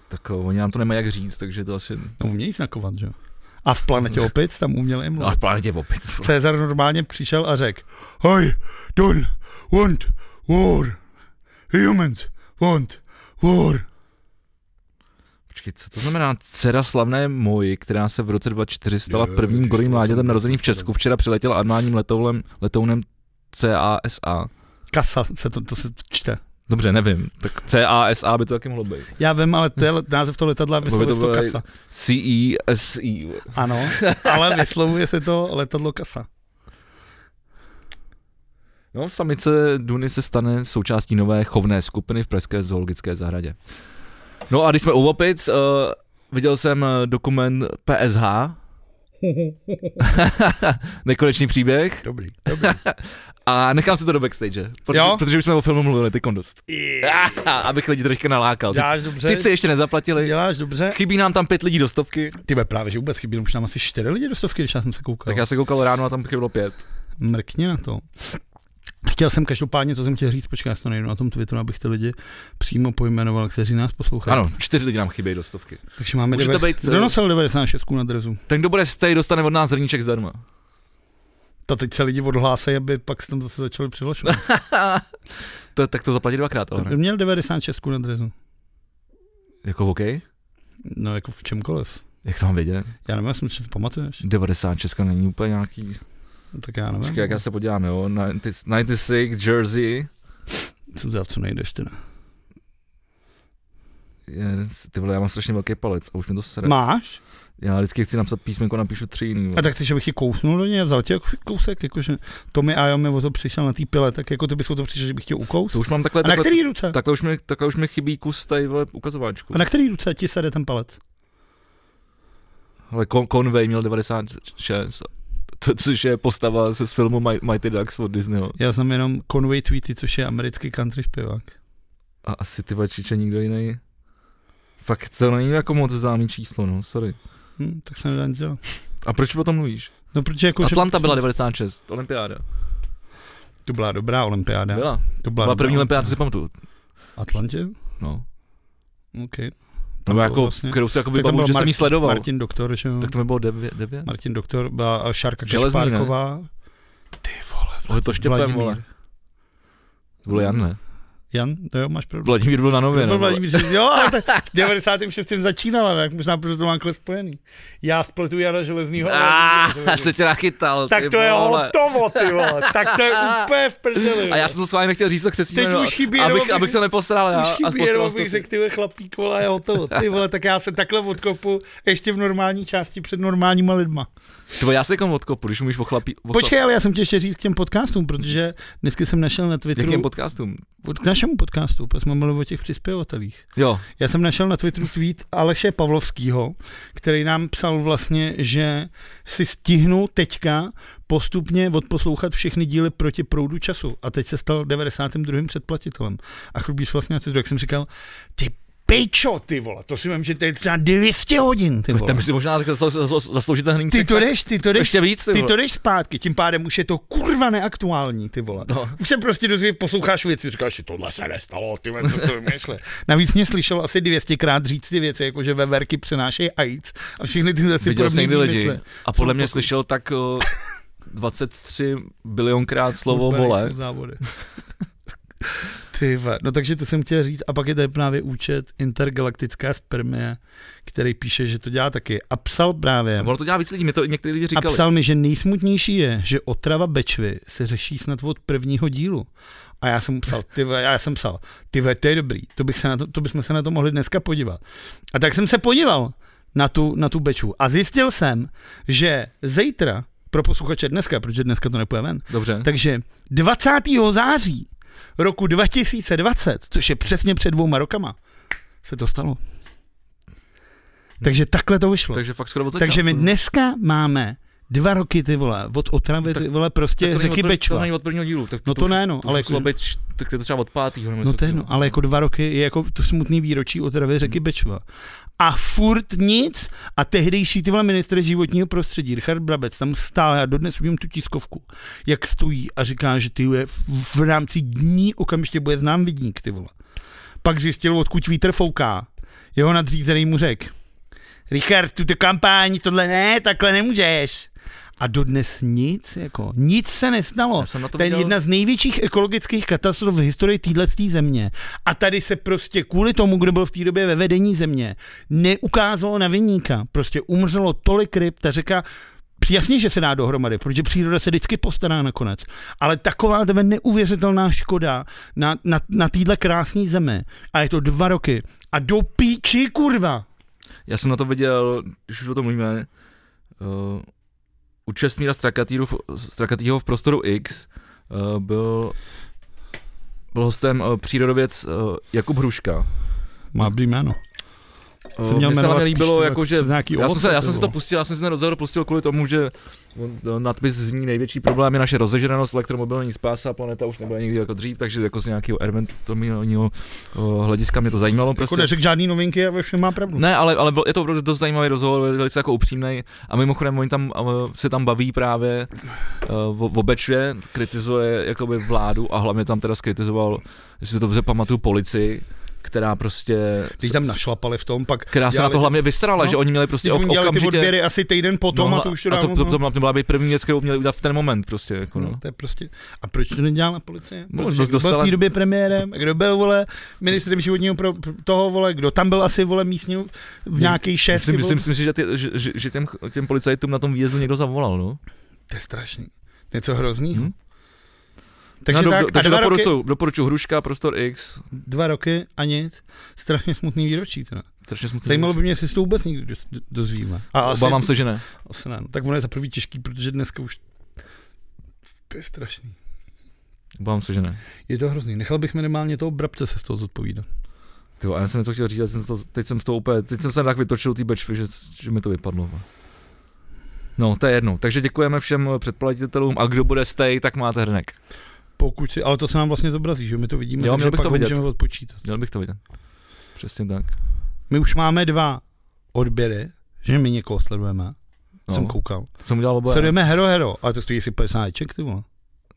B: tak eh, oni nám to nemají jak říct, takže to asi...
A: No umějí znakovat, že jo. A v planetě opic tam uměl
B: A
A: mluvit.
B: v planetě opic. vole.
A: Cezar normálně přišel a řekl I don't want war. Humans want war.
B: Počkej, co to znamená? Dcera slavné moji, která se v roce 2004 stala
A: Jo,
B: prvním
A: ježiš,
B: gorým
A: to
B: mládětem
A: jsem
B: narozeným v
A: slyšel.
B: Česku, včera přiletěla armádním letoulem, letounem CASA.
A: Kasa, se to, to se čte.
B: Dobře, nevím. Tak CASA by to taky mohlo být.
A: Já vím, ale to je le- název toho letadla
B: Nebo by to
A: vyslovuje se to
B: byla-
A: kasa.
B: E CESE.
A: Ano, ale vyslovuje se to letadlo kasa.
B: No, samice Duny se stane součástí nové chovné skupiny v Pražské zoologické zahradě. No a když jsme u opic, uh, viděl jsem eh, dokument PSH, Nekonečný příběh,
A: Dobrý, dobrý.
B: a nechám si to do backstage, protože,
A: Jo?
B: protože už jsme o filmu mluvili teď dost. Abych lidi troška nalákal. Ty,
A: Děláš dobře.
B: ty si ještě nezaplatili,
A: Děláš dobře.
B: chybí nám tam pět lidí do stovky,
A: Ty vole, právě, že vůbec chybí, už nám asi čtyři lidi do stovky, když já jsem se koukal.
B: tak já se koukal ráno a tam chybilo pět.
A: Mrkně na to. Chtěl jsem každopádně, co jsem chtěl říct, počkej, já si to nejdu na tom Twitteru, abych ty lidi přímo pojmenoval, kteří nás poslouchají.
B: Ano, čtyři lidi nám chybí do stovky.
A: Takže máme
B: Může to
A: deve-
B: být, eh,
A: Donosil 96 na drezu.
B: Ten, kdo bude stej, dostane od nás zrníček zdarma.
A: Ta teď se lidi odhlásí, aby pak se tam zase začali přihlašovat.
B: to, tak to zaplatí dvakrát, ale ne.
A: Měl 96 na drezu.
B: Jako OK?
A: No jako v čemkoliv.
B: Jak to mám vědět?
A: Já nevím, jestli si to pamatuješ.
B: 96 není úplně nějaký...
A: No, tak já nevím.
B: Počkej, jak já se podívám, jo? 90 96 Jersey.
A: Co dělat, co nejdeš teda?
B: Je- Ty vole, já mám strašně velký palec a už mi to sere.
A: Máš?
B: Já vždycky chci napsat písmenko, napíšu tři jiný. vole.
A: A tak chceš, abych ti kousnul do něj a vzal ti jako kousek, jakože Tommy Ajo mi o to přišel na té pile, tak jako ty bys o to přišel, že bych tě ukous.
B: To už mám takhle,
A: A na
B: takhle,
A: který ruce?
B: takhle, už mi, takhle už mi chybí kus tady, vole, ukazováčku.
A: A na který ruce ti sede ten palec?
B: Ale Con- Conway měl 96. To, což je postava se z filmu Mi- Mighty Ducks od Disneyho.
A: Já znám jenom Conway Tweety, což je americký country zpěvák.
B: A asi ty vačiče nikdo jiný. Fakt to není jako moc známý číslo, no, sorry.
A: Hm, tak jsem nedá nic dělat.
B: A proč o tom mluvíš?
A: No, protože jako, že-
B: Atlanta byla 96, olympiáda.
A: To byla dobrá olympiáda.
B: Byla.
A: To
B: Byla
A: dobrá
B: první olympiáda, co si pamatuju.
A: Atlantě?
B: No.
A: OK.
B: Nebo
A: bylo
B: jako,
A: vlastně-
B: kterou si jako
A: tam byl
B: vybavu, že jsem
A: Martin-
B: ji sledoval.
A: Martin Doktor, že jo?
B: Tak to mi bylo 9, 9?
A: Martin Doktor, byla Šárka
B: Železný, ne?
A: Kašpárková.
B: Ale to štěpem,
A: Vladimír.
B: vole. To byl Jan, ne?
A: Jan, to jo, máš pravdu.
B: Vladimír byl na nově,
A: Byl
B: ne? vole?
A: Vladimír Železný, jo, ale tak v 96. začínala, tak možná proto to mám takhle spojený. Já spletu Jana Železnýho. a Vladimíra
B: Ah,
A: Železného.
B: se tě nachytal,
A: tak
B: ty
A: to je
B: vole.
A: hotovo, ty vole. Tak to je úplně v prdeli.
B: A já jsem to s vámi nechtěl říct, co křesí
A: Teď už chybí jenom,
B: abych,
A: abych-
B: abych to neposral. já-
A: Už
B: a
A: chybí
B: posral
A: jenom,
B: jsem
A: abych
B: to-
A: řekl, ty vole, chlapík, vole, je hotovo, ty vole, tak já se takhle odkopu ještě v normální části před normálníma lidma.
B: Ty vole, já se kom odkopu, když mluvíš o chlapí. o
A: Počkej, ale já jsem tě ještě říct k těm podcastům, protože dneska jsem našel na
B: chlap- Jakým
A: Twitteru,
B: podcastům?
A: pod... k našemu podcastu, protože jsme mluvili o těch přispěvatelích.
B: Jo,
A: Já jsem našel na Twitteru tweet Aleše Pavlovského, který nám psal vlastně, že si stihnu teďka postupně odposlouchat všechny díly proti proudu času. A teď se stal 92. předplatitelem. A chrubí se vlastně na Twitteru, jak jsem říkal, ty pičo, ty vole, to si vím, že to je třeba 200 hodin, ty vole.
B: tam si možná zasloužil zaslo- zasloužit
A: Ty
B: ten hrníček.
A: to jdeš, ty to jdeš,
B: Ještě víc, ty
A: ty to
B: vole.
A: jdeš zpátky, tím pádem už je to kurva neaktuální, ty vole.
B: No.
A: Už se prostě dozví, posloucháš věci, říkáš, že tohle se nestalo, ty vole, co jsi to vymýšle. Navíc mě slyšel asi 200krát říct ty věci, jako že veverky přenášejí AIDS a všechny tyhle ty
B: Viděl jsi
A: podobný
B: někdy lidi.
A: výmysly.
B: A podle
A: Jsou
B: mě
A: takový.
B: slyšel tak o, 23 bilionkrát slovo
A: Kurva,
B: vole.
A: nejsou závody. Ty vole. No takže to jsem chtěl říct. A pak je tady právě účet Intergalaktická spermie, který píše, že to dělá taky. A psal právě.
B: Ono to dělá víc lidí, mi to i někteří lidi
A: A
B: říkali.
A: psal mi, že nejsmutnější je, že otrava Bečvy se řeší snad od prvního dílu. A já jsem mu psal, ty vole, já jsem psal, ty vole, to je dobrý, to, bych se na to, to bychom se na to mohli dneska podívat. A tak jsem se podíval na tu, na tu Bečvu a zjistil jsem, že zítra, pro posluchače dneska, protože dneska to nepůjde ven,
B: Dobře.
A: takže 20. září roku 2020, což je přesně před dvouma rokama, se to stalo. Takže takhle to vyšlo.
B: Takže fakt skoro od začátku.
A: Takže my dneska máme dva roky ty vole, od otravy
B: Tak-
A: ty vole, prostě
B: Tak to není
A: řeky
B: od prv-
A: Bečva.
B: To není od prvního dílu. Tak
A: No to
B: už-
A: ne, no,
B: to
A: ale
B: ale
A: jako-
B: jako... Beč, tak je to třeba od pátého. nebo
A: No
B: něco
A: to je
B: takového.
A: no, ale jako dva roky je jako to smutný výročí otravy řeky
B: Hmm.
A: Bečva. A furt nic a tehdejší ty vole ministr životního prostředí, Richard Brabec, tam stál, já dodnes vidím tu tiskovku, jak stojí a říká, že ty je v rámci dní okamžitě bude znám vidník, ty vole. Pak zjistil, odkud vítr fouká. Jeho nadřízený mu řekl, Richard, tuto kampaň, tohle ne, takhle nemůžeš. A dodnes nic, jako, nic se nestalo.
B: Já jsem na to
A: To je
B: viděl-
A: jedna z největších ekologických katastrof v historii této země. A tady se prostě kvůli tomu, kdo byl v té době ve vedení země, neukázalo na vyníka. Prostě umřelo tolik ryb, ta řeka Jasně, že se dá dohromady, protože příroda se vždycky postará nakonec. Ale taková tebe neuvěřitelná škoda na, na, na téhle krásné zemi. A je to dva roky. A do píči, kurva.
B: Já jsem na to viděl, když už o tom mluvíme, uh, u Česmíra Strakatýru v- Strakatýho v prostoru X uh, byl, byl hostem uh, přírodověc uh, Jakub Hruška.
A: Má dobrý jméno.
B: Eh,
A: Se měl
B: mně se
A: jmenovat
B: hlavně
A: spíš
B: líbilo,
A: to
B: jako,
A: jak-
B: že
A: přes nějaký
B: já, jsem
A: ovoce
B: se, já
A: to
B: jsem si to
A: bylo.
B: pustil, já jsem si ten rozhovor pustil kvůli tomu, že on, eh, nadpis zní největší problém je naše rozežranost, elektromobilní spása, planeta už nebude nikdy jako dřív, takže jako z nějakého environmentálního eh, hlediska mě to zajímalo.
A: Jako
B: Prostě.
A: neřekl žádný novinky a ve všem má pravdu.
B: Ne, ale, ale byl- je to opravdu dost zajímavý rozhovor, velice jako upřímný. A mimochodem, oni tam eh, se tam baví právě uh, o, o Bečvě, kritizuje jakoby vládu a hlavně tam teda skritizoval, jestli se to dobře pamatuju, policii, která prostě...
A: Teď tam našlapali v tom, pak
B: která se na
A: dělali
B: to hlavně vysrala,
A: no,
B: že oni měli prostě
A: Ty oni
B: ok,
A: dělali ty
B: okamžitě... no,
A: odběry asi týden potom a to už to
B: a to,
A: dávno
B: to, to,
A: znám.
B: to, byla by první věc, kterou měli udělat v ten moment prostě. Jako, no.
A: No, to je prostě. A proč to nedělala policie?
B: No,
A: Protože
B: no,
A: kdo byl
B: dostala-
A: v té době premiérem, kdo byl, vole, ministrem životního pro, pro- toho, vole, kdo tam byl asi, vole, místní v nějaký šest.
B: Myslím, myslím, myslím, si, že, ty, že, že, že těm, těm policajtům na tom výjezdu někdo zavolal, no.
A: To je strašný. Něco hroznýho.
B: Hm.
A: Takže,
B: no,
A: tak,
B: do,
A: a
B: takže
A: dva, roky,
B: doporučuji, doporučuji Hruška, Prostor X,
A: dva roky a nic. Strašně smutný výročí teda.
B: strašně smutný.
A: Zajímalo by mě, jestli se to vůbec někdy dos- dozvíme. A asi-
B: Obávám se, že ne.
A: Asi ne. No, tak ono je za prvý těžký, protože dneska už to je strašný.
B: Obávám se, že ne.
A: Je to hrozný. Nechal bych minimálně toho brabce se z toho zodpovídat.
B: Tyjo, a já jsem něco chtěl říct, ale jsem to, teď jsem to úplně, teď jsem se tak vytočil té bečvy, že, že mi to vypadlo. No, to je jedno. Takže děkujeme všem předplatitelům a kdo bude stay, tak máte hrnek.
A: Pokud si, ale to se nám vlastně zobrazí, že jo? my to vidíme,
B: Jo,
A: jo,
B: měl
A: takže
B: bych
A: pak
B: to
A: to
B: vidět.
A: můžeme odpočítat.
B: Měl bych to vidět. Přesně tak.
A: My už máme dva odběry, že my někoho sledujeme. No.
B: No,
A: Jsem koukal.
B: to jsem udělal oba.
A: Sledujeme Hero Hero, ale to stojí asi 50 ček, ty vole.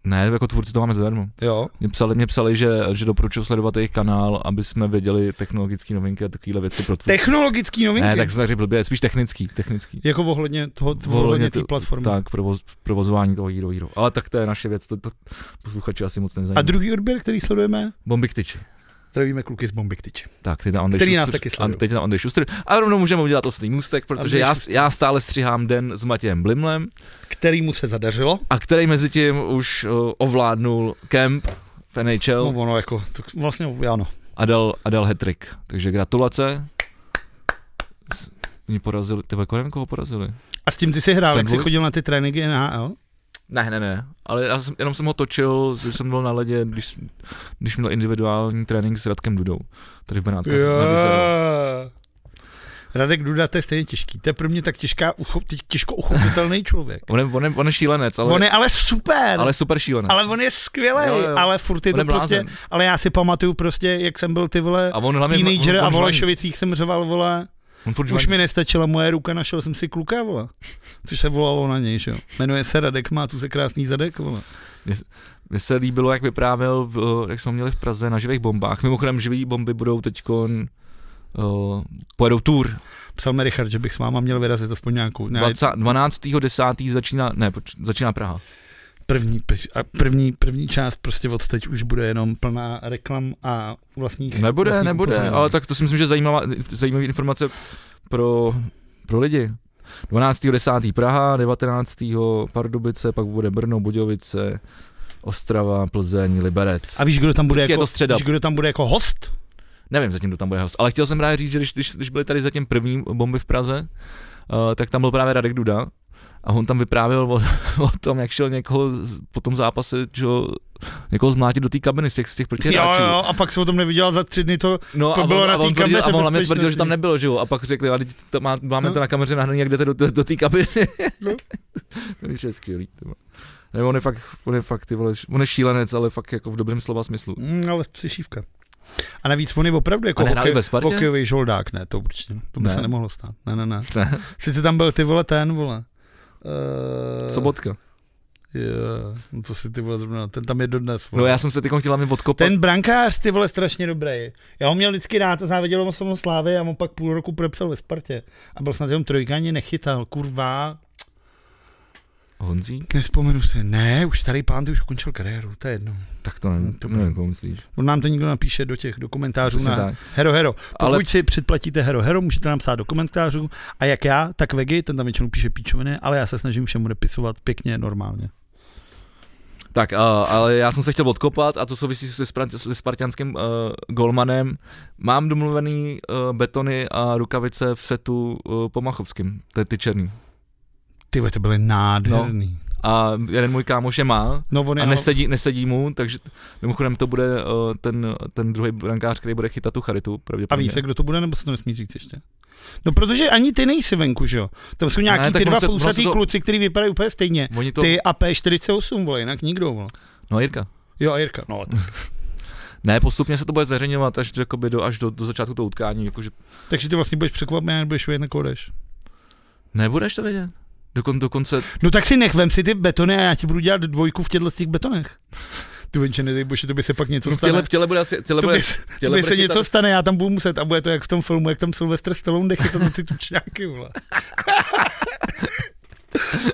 B: Ne, jako tvůrci to máme zadarmo.
A: Jo.
B: Mě psali, mě psali že, že doporučuji sledovat jejich kanál, aby jsme věděli technologické novinky a takovéhle věci pro tvůrce.
A: Technologický novinky.
B: Ne, tak jsem tak řekl blbě, spíš technický, technický.
A: Jako ohledně toho,
B: Ohledně
A: ohledně, ohledně té
B: to-
A: platformy. Tak.
B: Tak, provoz, provozování toho Hero Hero. Ale tak to je naše věc, to, to posluchači asi moc nezajímá.
A: A druhý odběr, který sledujeme,
B: Bombik tyči.
A: zdravíme kluky z Bombik Tyči.
B: Tak, teď tam Andrej
A: Který nás
B: Šustr,
A: taky sleduje.
B: An- teď tam Andrej Šustr. A rovnou můžeme udělat oslý můstek, protože
A: Andrej
B: já,
A: Šustr.
B: já, stále střihám den s Matějem Blimlem,
A: Který mu se zadařilo.
B: a který mezi tím už uh, ovládnul kemp v
A: No,
B: NHL
A: ono jako, to vlastně, ano.
B: a dal, a dal hat-trick. Takže gratulace. S- Mě porazili, tebe kolem koho porazili?
A: A s tím ty jsi hrál,
B: Jsem
A: jak jsi
B: vůbec-
A: chodil na ty tréninky NHL?
B: Ne, ne, ne, ale já jsem, jenom jsem ho točil, že jsem byl na ledě, když, když měl individuální trénink s Radkem Dudou, tady v Benátkách. na Vyzeru.
A: Jo. Radek Duda, to je stejně těžký. To je pro mě tak těžká, ucho, tě- těžko uchopitelný člověk.
B: On je, on, je, on je šílenec, ale,
A: on je ale super, ale,
B: ale super šílenec.
A: ale on je skvělý,
B: Jo, jo.
A: ale furt je
B: on je
A: to prostě,
B: blázen.
A: ale já si pamatuju prostě, jak jsem byl ty vole
B: A on hlavně
A: teenager
B: on, on,
A: a
B: on
A: v
B: žvaní.
A: Olešovicích jsem řval, vole,
B: On furt
A: už
B: žvaní.
A: mi nestačila moje ruka, našel jsem si kluka, vole, což se volalo na něj, že jo. Jmenuje se Radek, má tu se krásný zadek, vole.
B: Mně se líbilo, jak vyprávěl, v, eh, jak jsme měli v Praze na živých bombách. Mimochodem, živý bomby budou teďkon, uh, pojedou tour.
A: Psal mi Richard, že bych s váma měl vyrazit aspoň nějakou, nějak,
B: 20, 12.10. začíná, ne, poč, začíná Praha.
A: první, a první, první část prostě od teď už bude jenom plná reklam a vlastních
B: Nebude,
A: vlastních
B: nebude,
A: upozornění.
B: ale tak to si myslím, že zajímavá, zajímavá informace pro, pro lidi. 12.10. Praha, 19. Pardubice, pak bude Brno, Budějovice, Ostrava, Plzeň, Liberec.
A: A víš, kdo tam bude
B: Vždycky je
A: jako,
B: to středa.
A: Víš, kdo tam bude jako host?
B: Nevím zatím, kdo tam bude host, ale chtěl jsem právě říct, že když, když, když byly tady zatím první bomby v Praze, uh, tak tam byl právě Radek Duda a on tam vyprávěl o, o tom, jak šel někoho z, po tom zápase, že ho- někoho zmlátit do té kabiny z těch, z těch
A: jo,
B: protiráčů.
A: jo, a pak se o tom neviděl za tři dny to,
B: No,
A: To
B: a
A: bylo
B: on,
A: na
B: a
A: té
B: on tvrdil, a
A: kameře
B: on hlavně tvrdil, že
A: bezpečnostní.
B: tam nebyl, že jo, a pak řekli, ale teď to má, máme
A: No.
B: to na kameře nahraný, jak jdete do, do, do té kabiny.
A: No.
B: to je skvělý. ty vole. Nebo on je fakt, on je fakt, ty vole, on je šílenec, ale fakt jako v dobrém slova smyslu.
A: mm, ale přešívka. A navíc on je opravdu jako
B: A nehráli
A: hokej-
B: ve Spartě?
A: hokejový žoldák, ne, to určitě, to by
B: Ne.
A: se nemohlo stát, ne, ne, ne.
B: Ne.
A: Sice tam byl ty vole ten, vole. Uh,
B: Sobotka.
A: Jo, no to si ty vole zrovna, ten tam je dodnes. Vole.
B: No já jsem se teď chtěl hlavně odkopat.
A: Ten brankář, ty vole, strašně dobrý. Já ho měl vždycky rád a záviděl jsem ho slávy a on pak půl roku podepsal ve Spartě. A byl snad jenom trojka, ani nechytal. Kurva,
B: Honzík?
A: nespomenu si. Ne, už starý pán, ty už ukončil kariéru, to je jedno.
B: Tak to nevím,
A: To
B: to
A: bylo-
B: nevím, koho myslíš.
A: On nám to někdo napíše do těch do komentářů na
B: Přesně tak.
A: Hero Hero. Pokud
B: Ale-
A: si předplatíte Hero Hero, můžete nám psát do komentářů. A jak já, tak Vegi, ten tam většinou píše píčoviny, ale já se snažím všemu depisovat pěkně, normálně.
B: Tak, a, ale já jsem se chtěl odkopat a to souvisí se, spra- se spartianským uh, golmanem. Mám domluvený uh, betony a rukavice v setu uh, po Machovským, to je ty černý.
A: Ty vole, to byly nádherný.
B: A jeden můj kámoš je má
A: No, no on
B: a
A: je
B: nesedí, nesedí mu, takže t- mimochodem to bude uh, ten, ten druhý brankář, který bude chytat tu charitu,
A: A
B: pravděpodobně.
A: víš, kdo to bude, nebo se to nesmí říct ještě? No, protože ani ty nejsi venku, že jo? Tam jsou nějaký
B: Ne, tak
A: ty dva
B: ono se- ono se
A: fousatý
B: to-
A: kluci, který vypadají úplně stejně.
B: Oni to...
A: Ty a P48, vole, jinak nikdo, vole.
B: No Jirka.
A: Jo, a Jirka. No, tak.
B: Ne, postupně se to bude zveřejňovat až, jakoby, do, až do, do začátku toho utkání, jakože
A: takže ty vlastně budeš překvapený, nebo budeš vědět, na koho jdeš.
B: nebudeš to vědět. Dokon, dokonce,
A: No tak si nech, vem si ty betony a já ti budu dělat dvojku v těchto těch betonech. Ty venče, nedej bože, to by se pak něco
B: No v těle,
A: stane.
B: v těle bude asi, v těle
A: To
B: bude,
A: by,
B: v
A: to
B: těle
A: by
B: bude
A: se
B: chytat-
A: něco stane, já tam budu muset a bude to jak v tom filmu, jak tam Sylvester Stallone jde chytat na ty tučňáky, vole.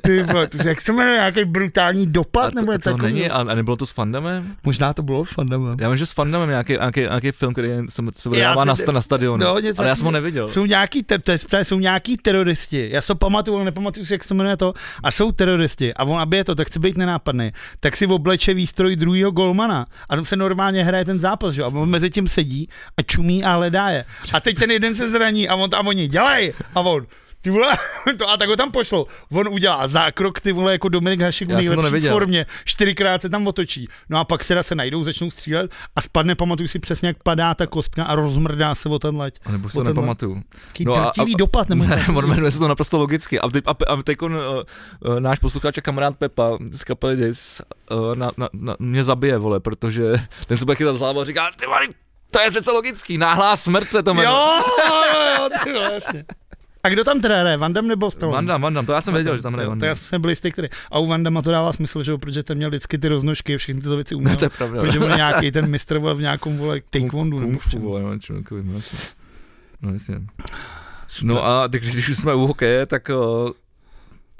A: Ty vole, to, jak se jmenuje, nějaký brutální dopad,
B: A to,
A: nebo
B: to
A: něco takového?
B: není, a, a nebylo to s Fandamem?
A: Možná to bylo fandom.
B: Já vím, že s Fandamem nějaký, nějaký, nějaký film, který se, se bude
A: Já
B: dává
A: si
B: na,
A: ne-
B: sta- na stadionu,
A: No, něco
B: ale já jsem ho
A: takového.
B: neviděl.
A: Jsou nějaký, ter, to je, to je- jsou nějaký teroristi, já si to pamatuju, ale nepamatuju si, jak se to jmenuje to, a jsou teroristi a on, aby je to, tak chce být nenápadný, tak si obleče výstroj druhého golmana a tam se normálně hraje ten zápas, že? jo, a on mezi tím sedí a čumí a hledá je. A teď ten jeden se zraní a on, a oni, dělej! A on, ty vole, to, a tak ho tam pošlo. On udělá zákrok, ty vole, jako Dominik Hašek v
B: Já jsem to
A: nejlepší
B: neviděl.
A: formě. Čtyřikrát se tam otočí. No a pak se se najdou, začnou střílet a spadne, pamatuju si přesně, jak padá ta kostka a rozmrdá se o ten leď.
B: A nebo si
A: O
B: to
A: tenhle-
B: nepamatuju.
A: Taký no
B: No a-
A: drtivý
B: a-
A: dopad, nebo
B: Ne,
A: ne,
B: on jmenuje se to naprosto logicky. A, teď, a, pe- a teď on, uh, uh, náš posluchač a kamarád Pepa z kapely Dis uh, na, na, na, mě zabije, vole, protože ten se bude chytat za hlavu a říká, ty vole, to je přece logický, náhlá smrt se to jmenuje.
A: Jo, jo, jo, ty vole, jasně. A kdo tam teda hraje, Vandam nebo Stallone?
B: Vandam, Vandam, to já jsem věděl, že tam hraje
A: Jo, To
B: Vandam.
A: já jsem byl jistý, který. A u Vandama to dává smysl, že jo, protože ten měl vždycky ty roznožky, všechny tyto věci uměl.
B: No, To je pravda.
A: protože byl nějaký ten mistr vole, v nějakém vole taekwondo.
B: Kung-
A: nebo
B: Kung
A: v
B: fu,
A: čem.
B: vole, no, člověkovi, no, jasně. No, jasně. No a takže když už jsme u hokeje, tak uh,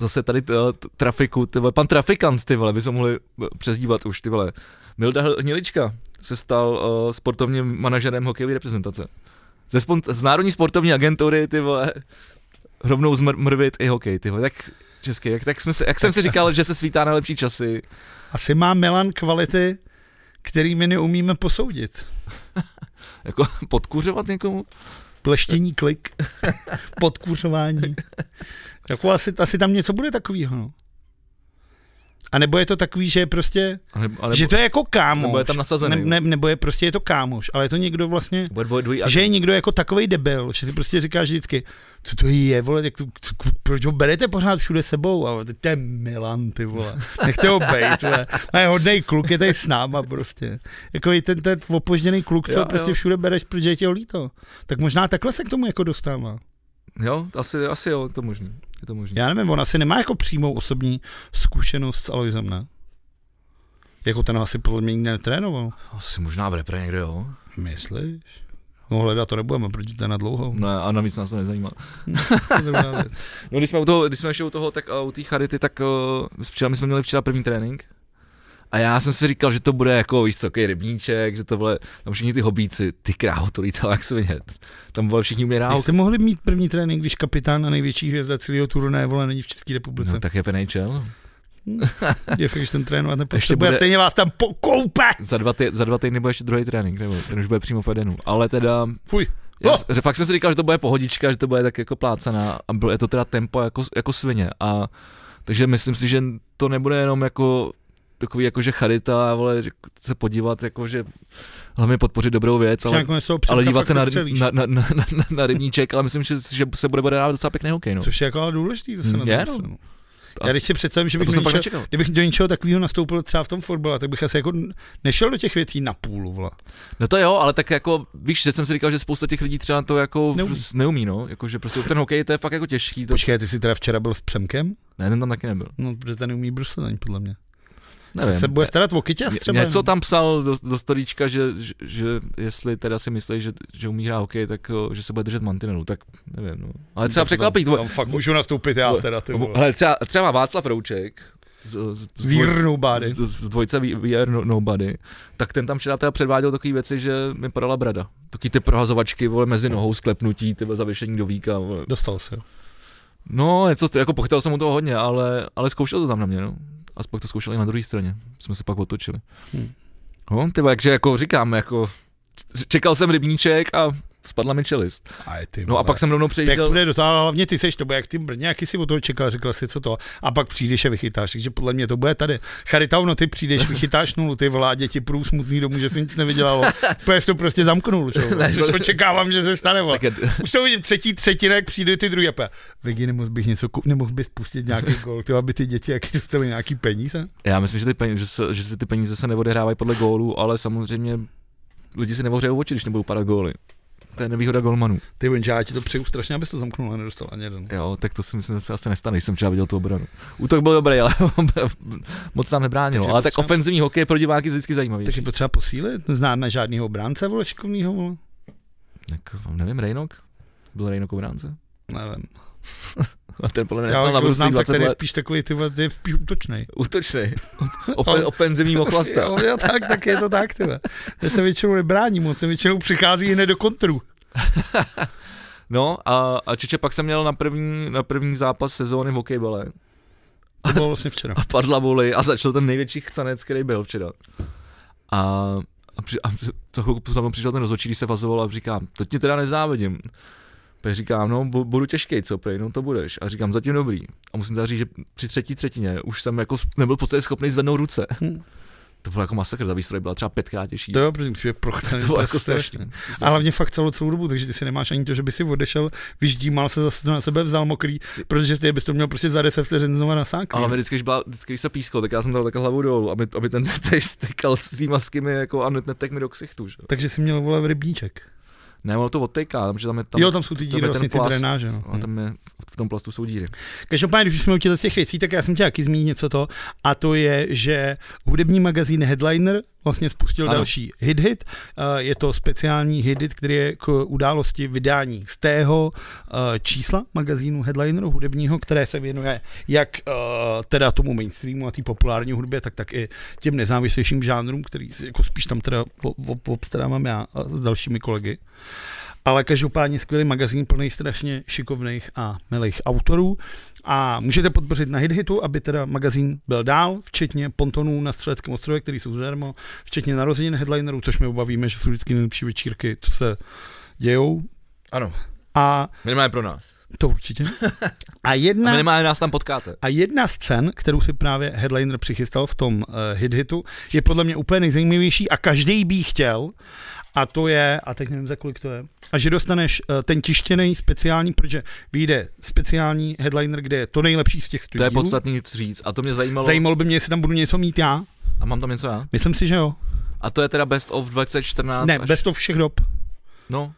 B: zase tady uh, t- trafiku, ty vole, pan trafikant, ty vole, bychom mohli eh, přezdívat už, ty vole. Milda Hnilička se stal uh, sportovním manažerem hokejové reprezentace. Ze spon- z Národní sportovní agentury, ty vole, rovnou zmr- mrvit i hokej, ty vole, tak český, jak, tak jsme se, jak jsem
A: Tak
B: si říkal, že se svítá na lepší časy.
A: Asi má Milan kvality, který my neumíme posoudit.
B: Jako podkuřovat někomu?
A: Pleštění klik, podkuřování. Jako asi, asi tam něco bude takovýho, no. A nebo je to takový, že je prostě
B: A nebo, a nebo,
A: Že to je jako kámoš.
B: nebo je tam nasazený, no.
A: Ne, ne, nebo je prostě je to kámoš, ale je to někdo vlastně,
B: bude dvoj, dvoj,
A: že je někdo jako takový debil, že si prostě říkáš vždycky, co to je, vole, jak to, co, proč ho berete pořád všude sebou, a teď to je Milan, ty vole, nechte ho bejt, vole, a je hodnej kluk, je tady s náma prostě, jako i ten, ten opožděný kluk, co
B: Jo,
A: jo, prostě
B: jo.
A: všude bereš, protože je ti ho líto, tak možná takhle se k tomu jako dostává.
B: Jo, asi, asi jo, je to možný. Je to možný.
A: Já nevím, on asi nemá jako přímou osobní zkušenost s Aloisem, ne? Jako ten ho asi podle mě nikdy netrénoval.
B: Asi možná v repre někde, jo.
A: Myslíš? No hledat to nebudeme, protože to je na dlouho.
B: No a navíc nás to nezajímá.
A: To je druhá věc.
B: No když jsme u toho, když jsme ještě u toho, tak uh, u té charity, tak uh, včera, my jsme měli včera první trénink. A já jsem si říkal, že to bude jako vysoký rybníček, že to bude, tam všichni ty hobíci, ty krávo, to lítalo jak svinět. Tam byli všichni umějí
A: Jak
B: ráho.
A: jste mohli mít první trénink, když kapitán a největší hvězda celého turnaje vole není v České republice?
B: No tak je NHL.
A: Je fakt, že ten trénovat
B: Ještě
A: nepotřebuje,
B: bude-
A: bude... stejně vás tam pokoupe!
B: Za dva, ty, za dva týdny bude ještě druhý trénink, nebo ten už bude přímo v jednu. Ale teda,
A: Fuj.
B: já,
A: No.
B: s- fakt jsem si říkal, že to bude pohodička, že to bude tak jako plácaná a bylo je to teda tempo jako, jako svině. A, takže myslím si, že to nebude jenom jako takový jako, že charita, vole, že se podívat, jako, že hlavně podpořit dobrou věc,
A: Ale,
B: ale,
A: nakonec toho
B: ale dívat se na,
A: ryb,
B: na, na, na, na, na rybníček, ale myslím, že, že se bude bude dávat docela pěkný hokej, no.
A: Což je jako ale důležitý, to se
B: Hm,
A: na
B: je,
A: to
B: no.
A: dostanu.
B: A-
A: Já když si představím, že
B: A
A: bych
B: to
A: do
B: jsem pak
A: něčeho,
B: nečekal.
A: kdybych do něčeho takového nastoupil třeba v tom fotbale, tak bych asi jako nešel do těch věcí na půl, vole.
B: No to jo, ale tak jako, víš, že jsem si říkal, že spousta těch lidí třeba to jako
A: Neumí.
B: neumí, neumí no, jako, že prostě ten hokej to je fakt jako těžký, to,
A: Počkej, ty jsi teda včera byl s Přemkem?
B: ne, ten tam taky nebyl.
A: No, protože ten neumí bruslet ani podle mě.
B: Nevím.
A: se bude starat o kytě třeba.
B: Něco tam psal do, do storíčka, že, že, že jestli teda si myslí, že, že umí hrát hokej, tak o, že se bude držet mantinelu, tak nevím. No. Ale třeba
A: Tam-
B: překvapit.
A: no, Tam fakt můžu nastoupit já teda, ty vole.
B: Ale třeba, třeba Václav Rouček z, z, z,
A: We're
B: z,
A: nobody.
B: z, z dvojce We- We Are No- Nobody, tak ten tam včera teda předváděl takové věci, že mi padala brada. Taky ty prohazovačky, vole, mezi nohou, sklepnutí, ty vole, zavěšení do víka, vole.
A: Dostal se.
B: No, něco, to- jako pochtěl jsem mu toho hodně, ale, ale zkoušel to tam na mě, no. A pak to zkoušel i na druhé straně. Jsme se pak otočili.
A: Hmm.
B: Hmm. No, ty vole, takže jako říkám, jako čekal jsem rybníček a spadla mi čelist.
A: Aj, ty
B: No a
A: vole.
B: pak jsem rovnou
A: jak
B: přejel.
A: bude dotáhla, hlavně ty seš, to bude jak ty Brně, jaký si od toho čekal, řekla si, co to. A pak přijdeš a vychytáš, takže podle mě to bude tady. Charitavno, ty přijdeš, vychytáš nulu, ty vládě ti prů smutný domů, že se nic nevydělalo. Pojď to prostě zamknul, že jo.
B: Ne,
A: Což
B: to-
A: očekávám, že se stane. Vole.
B: Tak je,
A: Už to vidím, třetí třetina, jak přijde ty druhý. A Vegi, nemohl bych něco, kou- nemohl bys pustit nějaký gol, ty, aby ty děti jaký dostaly nějaký peníze?
B: já myslím, že, ty peníze, že, se, že si ty peníze se neodehrávají podle gólu, ale samozřejmě lidi si nevořejou oči, když nebudou padat góly. To je nevýhoda golmanů.
A: Ty vonže, já ti to přeju strašně, abys to zamknul a nedostal ani jeden.
B: Jo, tak to si myslím, že se asi nestane, když jsem včera viděl tu obranu. Útok byl dobrý, ale moc nám nebránilo.
A: Takže
B: ale tak
A: potřeba-
B: ofenzivní hokej pro diváky je vždycky zajímavý.
A: Takže potřeba posílit, neznáme žádného obránce, vole, šikovného, vole.
B: Tak nevím, Rejnok? Byl Rejnok obránce?
A: Nevím.
B: A ten podle mě
A: Já
B: nestal na
A: jako
B: bruslí
A: znám, tak
B: 20
A: tady je
B: let.
A: spíš takový, ty vole, je spíš útočný.
B: Útočný. Open, ofenzivní ochlasta.
A: Jo, jo, tak, tak je to tak, ty vole. Ten se většinou nebrání moc, ten většinou přichází hned do kontru.
B: No a, a Čeče pak jsem měl na první, na první zápas sezóny v hokejbale.
A: To bylo vlastně včera.
B: A padla voli a začal ten největší chcanec, který byl včera. A, a, při, a při- za chvilku za mnou přišel ten rozhodčí, když se fazoval a říkám, teď tě teda nezávidím. Tak říkám, no bu, budu těžký, co prej, no to budeš. A říkám, zatím dobrý. A musím teda říct, že při třetí třetině už jsem jako s- nebyl v podstatě schopný zvednout ruce.
A: Hm.
B: To bylo jako masakr, ta výstroj byla třeba pětkrát těžší.
A: To jo, protože musíš je prochcený.
B: to bylo jako strašný.
A: A hlavně fakt celou celou dobu, takže ty si nemáš ani to, že by si odešel, vyždímal se zase to na sebe, vzal mokrý, protože ty bys to měl prostě za 10 vteřin znova na sánku.
B: Ale vždycky, když, byla, vždycky, když se pískal, tak já jsem dal takhle hlavu dolů, aby, aby ten tetej stykal s týma skými jako a netek mi do ksichtu. Že?
A: Takže si měl vole v rybníček.
B: Ne, ono to odteká, protože tam je tam,
A: jo, tam jsou ty díry,
B: je
A: vlastně ty
B: plast,
A: drenáže. No.
B: A tam je, v tom plastu jsou díry.
A: Každopádně, když už jsme u těchto těch věcí, tak já jsem chtěl taky zmínit něco to, a to je, že hudební magazín Headliner vlastně spustil ano.
B: Ano.
A: další hit hit. Eh, Je to speciální hit hit, který je k události vydání z tého eh, čísla magazínu Headlineru hudebního, které se věnuje jak eh, teda tomu mainstreamu a té populární hudbě, tak tak i těm nezávislejším žánrům, který si jako spíš tam teda o- o- obstarávám já a s dalšími kolegy. Ale každopádně skvělý magazín plný strašně šikovných a milých autorů. A můžete podpořit na HitHitu, aby teda magazín byl dál, včetně pontonů na Střeleckém ostrově, který jsou zadarmo, včetně narozenin headlinerů, což my obavíme, že jsou vždycky nejlepší večírky, co se dějou.
B: Ano,
A: A
B: minimálně pro nás.
A: to určitě. A
B: A
A: jedna,
B: minimálně nás tam potkáte.
A: a jedna z cen, kterou si právě Headliner přichystal v tom uh, hit-hitu, je podle mě úplně nejzajímavější a každý by ji chtěl. A to je, a teď nevím, za kolik to je, a že dostaneš uh, ten tištěný speciální, protože vyjde speciální Headliner, kde je to nejlepší z těch
B: To
A: studií.
B: je podstatný nic říct. A to mě zajímalo.
A: Zajímalo by mě, jestli tam budu něco mít já.
B: A mám tam něco já?
A: Myslím si, že jo.
B: A to je teda Best of 2014.
A: ne,
B: až...
A: bez toho všech dob.
B: No,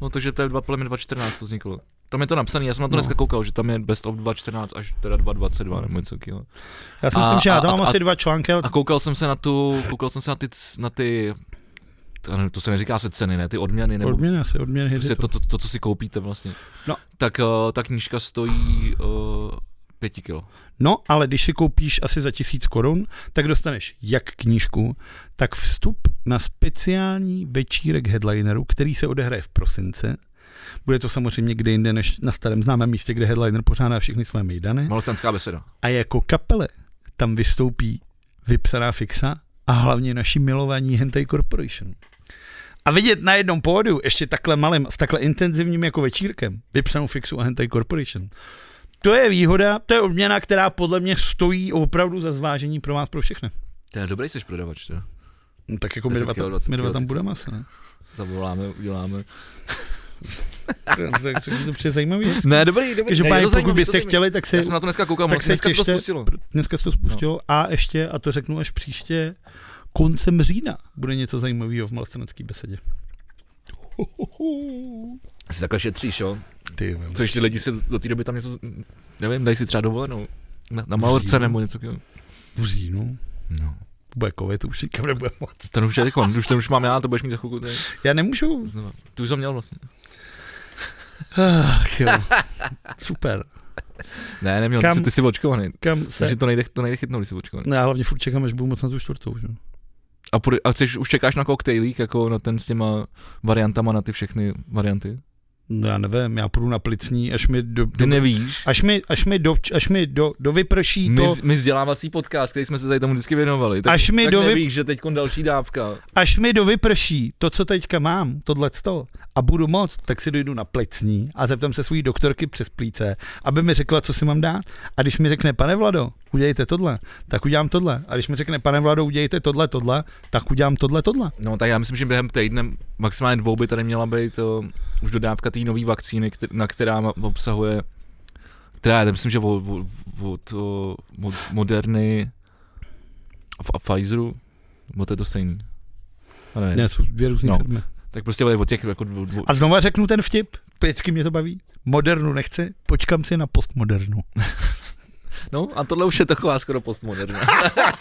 B: no takže to je dva, podle mě 2014 to vzniklo. Tam je to napsané, já jsem na to
A: No.
B: dneska koukal, že tam je Best of 2014 až teda 2022 nebo něco takového.
A: Já si
B: A-
A: myslím, že já tam
B: a-
A: mám
B: a-
A: asi dva články, ale
B: A koukal jsem se na tu, koukal jsem se na ty, c- na ty, to, ne- to se neříká se ceny, ne, ty odměny, nebo
A: odměny asi, odměny
B: prostě
A: hit
B: to, to, to, co si koupíte vlastně.
A: No.
B: Tak uh, ta knížka stojí uh, pěti kilo.
A: No, ale když si koupíš asi za tisíc korun, tak dostaneš jak knížku, tak vstup na speciální večírek headlineru, který se odehraje v prosince. Bude to samozřejmě kde jinde než na starém známém místě, kde headliner pořádá všechny své mejdany.
B: Malostenská beseda.
A: A jako kapele tam vystoupí vypsaná fixa a hlavně naši milovaní Hentai Corporation. A vidět na jednom pódiu, ještě takhle malým, s takhle intenzivním jako večírkem, vypsanou fixu a Hentai Corporation, to je výhoda, to je odměna, která podle mě stojí opravdu za zvážení pro vás, pro všechny.
B: To je dobrý seš prodavač, teda.
A: No, tak jako my
B: 10
A: dva, tam-
B: kilo, 20
A: my dva
B: kilo,
A: tam
B: 30.
A: budeme asi, ne?
B: Zavoláme, uděláme.
A: To je- to je- to je přece zajímavý.
B: Ne, dobrý, dobrý.
A: Takže
B: ne, je to
A: pokud
B: zajímavý, je to
A: byste
B: zajímavý.
A: chtěli, tak se
B: Já jsem na to dneska koukal,
A: tak
B: tak
A: se
B: dneska se to
A: těšte.
B: spustilo.
A: Dneska se to spustilo no. a ještě, a to řeknu až příště, koncem října bude něco zajímavého v malostranské besedě.
B: Asi takhle šetříš, jo?
A: Ty, vole.
B: Co ještě lidi se do té doby tam něco, nevím, dají si třeba dovolenou. Na, na malorce
A: Vzít.
B: nebo něco takového.
A: v říjnu?
B: No.
A: Bude covid, to už teďka nebude moc.
B: Ten už je teď, už ten už mám já, to budeš mít za chvilku tady.
A: Já nemůžu.
B: Znova. Ty už jsem měl vlastně.
A: Ach, jo. Super.
B: Ne, neměl,
A: Kam-
B: ty, jsi, ty jsi očkovaný.
A: Kam se...
B: Takže to nejde, to nejde chytnout, když jsi očkovaný.
A: No já hlavně furt čekám, až budu moc na tu čtvrtou. Že?
B: A, půjde, a chceš, už čekáš na koktejlík, jako na ten s těma variantama, na ty všechny varianty?
A: No já nevím, já půjdu na plicní, až mi do...
B: Ty
A: do
B: nevíš.
A: až mi, až mi, do, až mi do, do vyprší
B: My,
A: to,
B: z- my vzdělávací podcast, který jsme se tady tomu vždycky věnovali, tak,
A: Až mi
B: tak
A: do vy-
B: nevíš, že teď další dávka.
A: až mi do vyprší to, co teďka mám, tohleto, a budu moc, tak si dojdu na plicní a zeptám se své doktorky přes plíce, aby mi řekla, co si mám dát. A když mi řekne, pane Vlado, udělejte tohle, tak udělám tohle. A když mi řekne, pane Vlado, udělejte tohle, tohle, tak udělám tohle, tohle.
B: No tak já myslím, že během týdne, maximálně dvou by tady měla být to, už dodávka té nové vakcíny, kter- na která ma- obsahuje, která já myslím, že od, od, od, eh, od Moderny a, a Pfizeru, bo to je to stejný. A Ne.
A: Ne, jsou dvě různé
B: No.
A: no. firmy.
B: Tak prostě bude od těch jako dvou, dvou,
A: A znova řeknu ten vtip, vždycky mě to baví. Modernu nechci, počkám si na postmodernu.
B: No a tohle už je taková skoro postmoderna.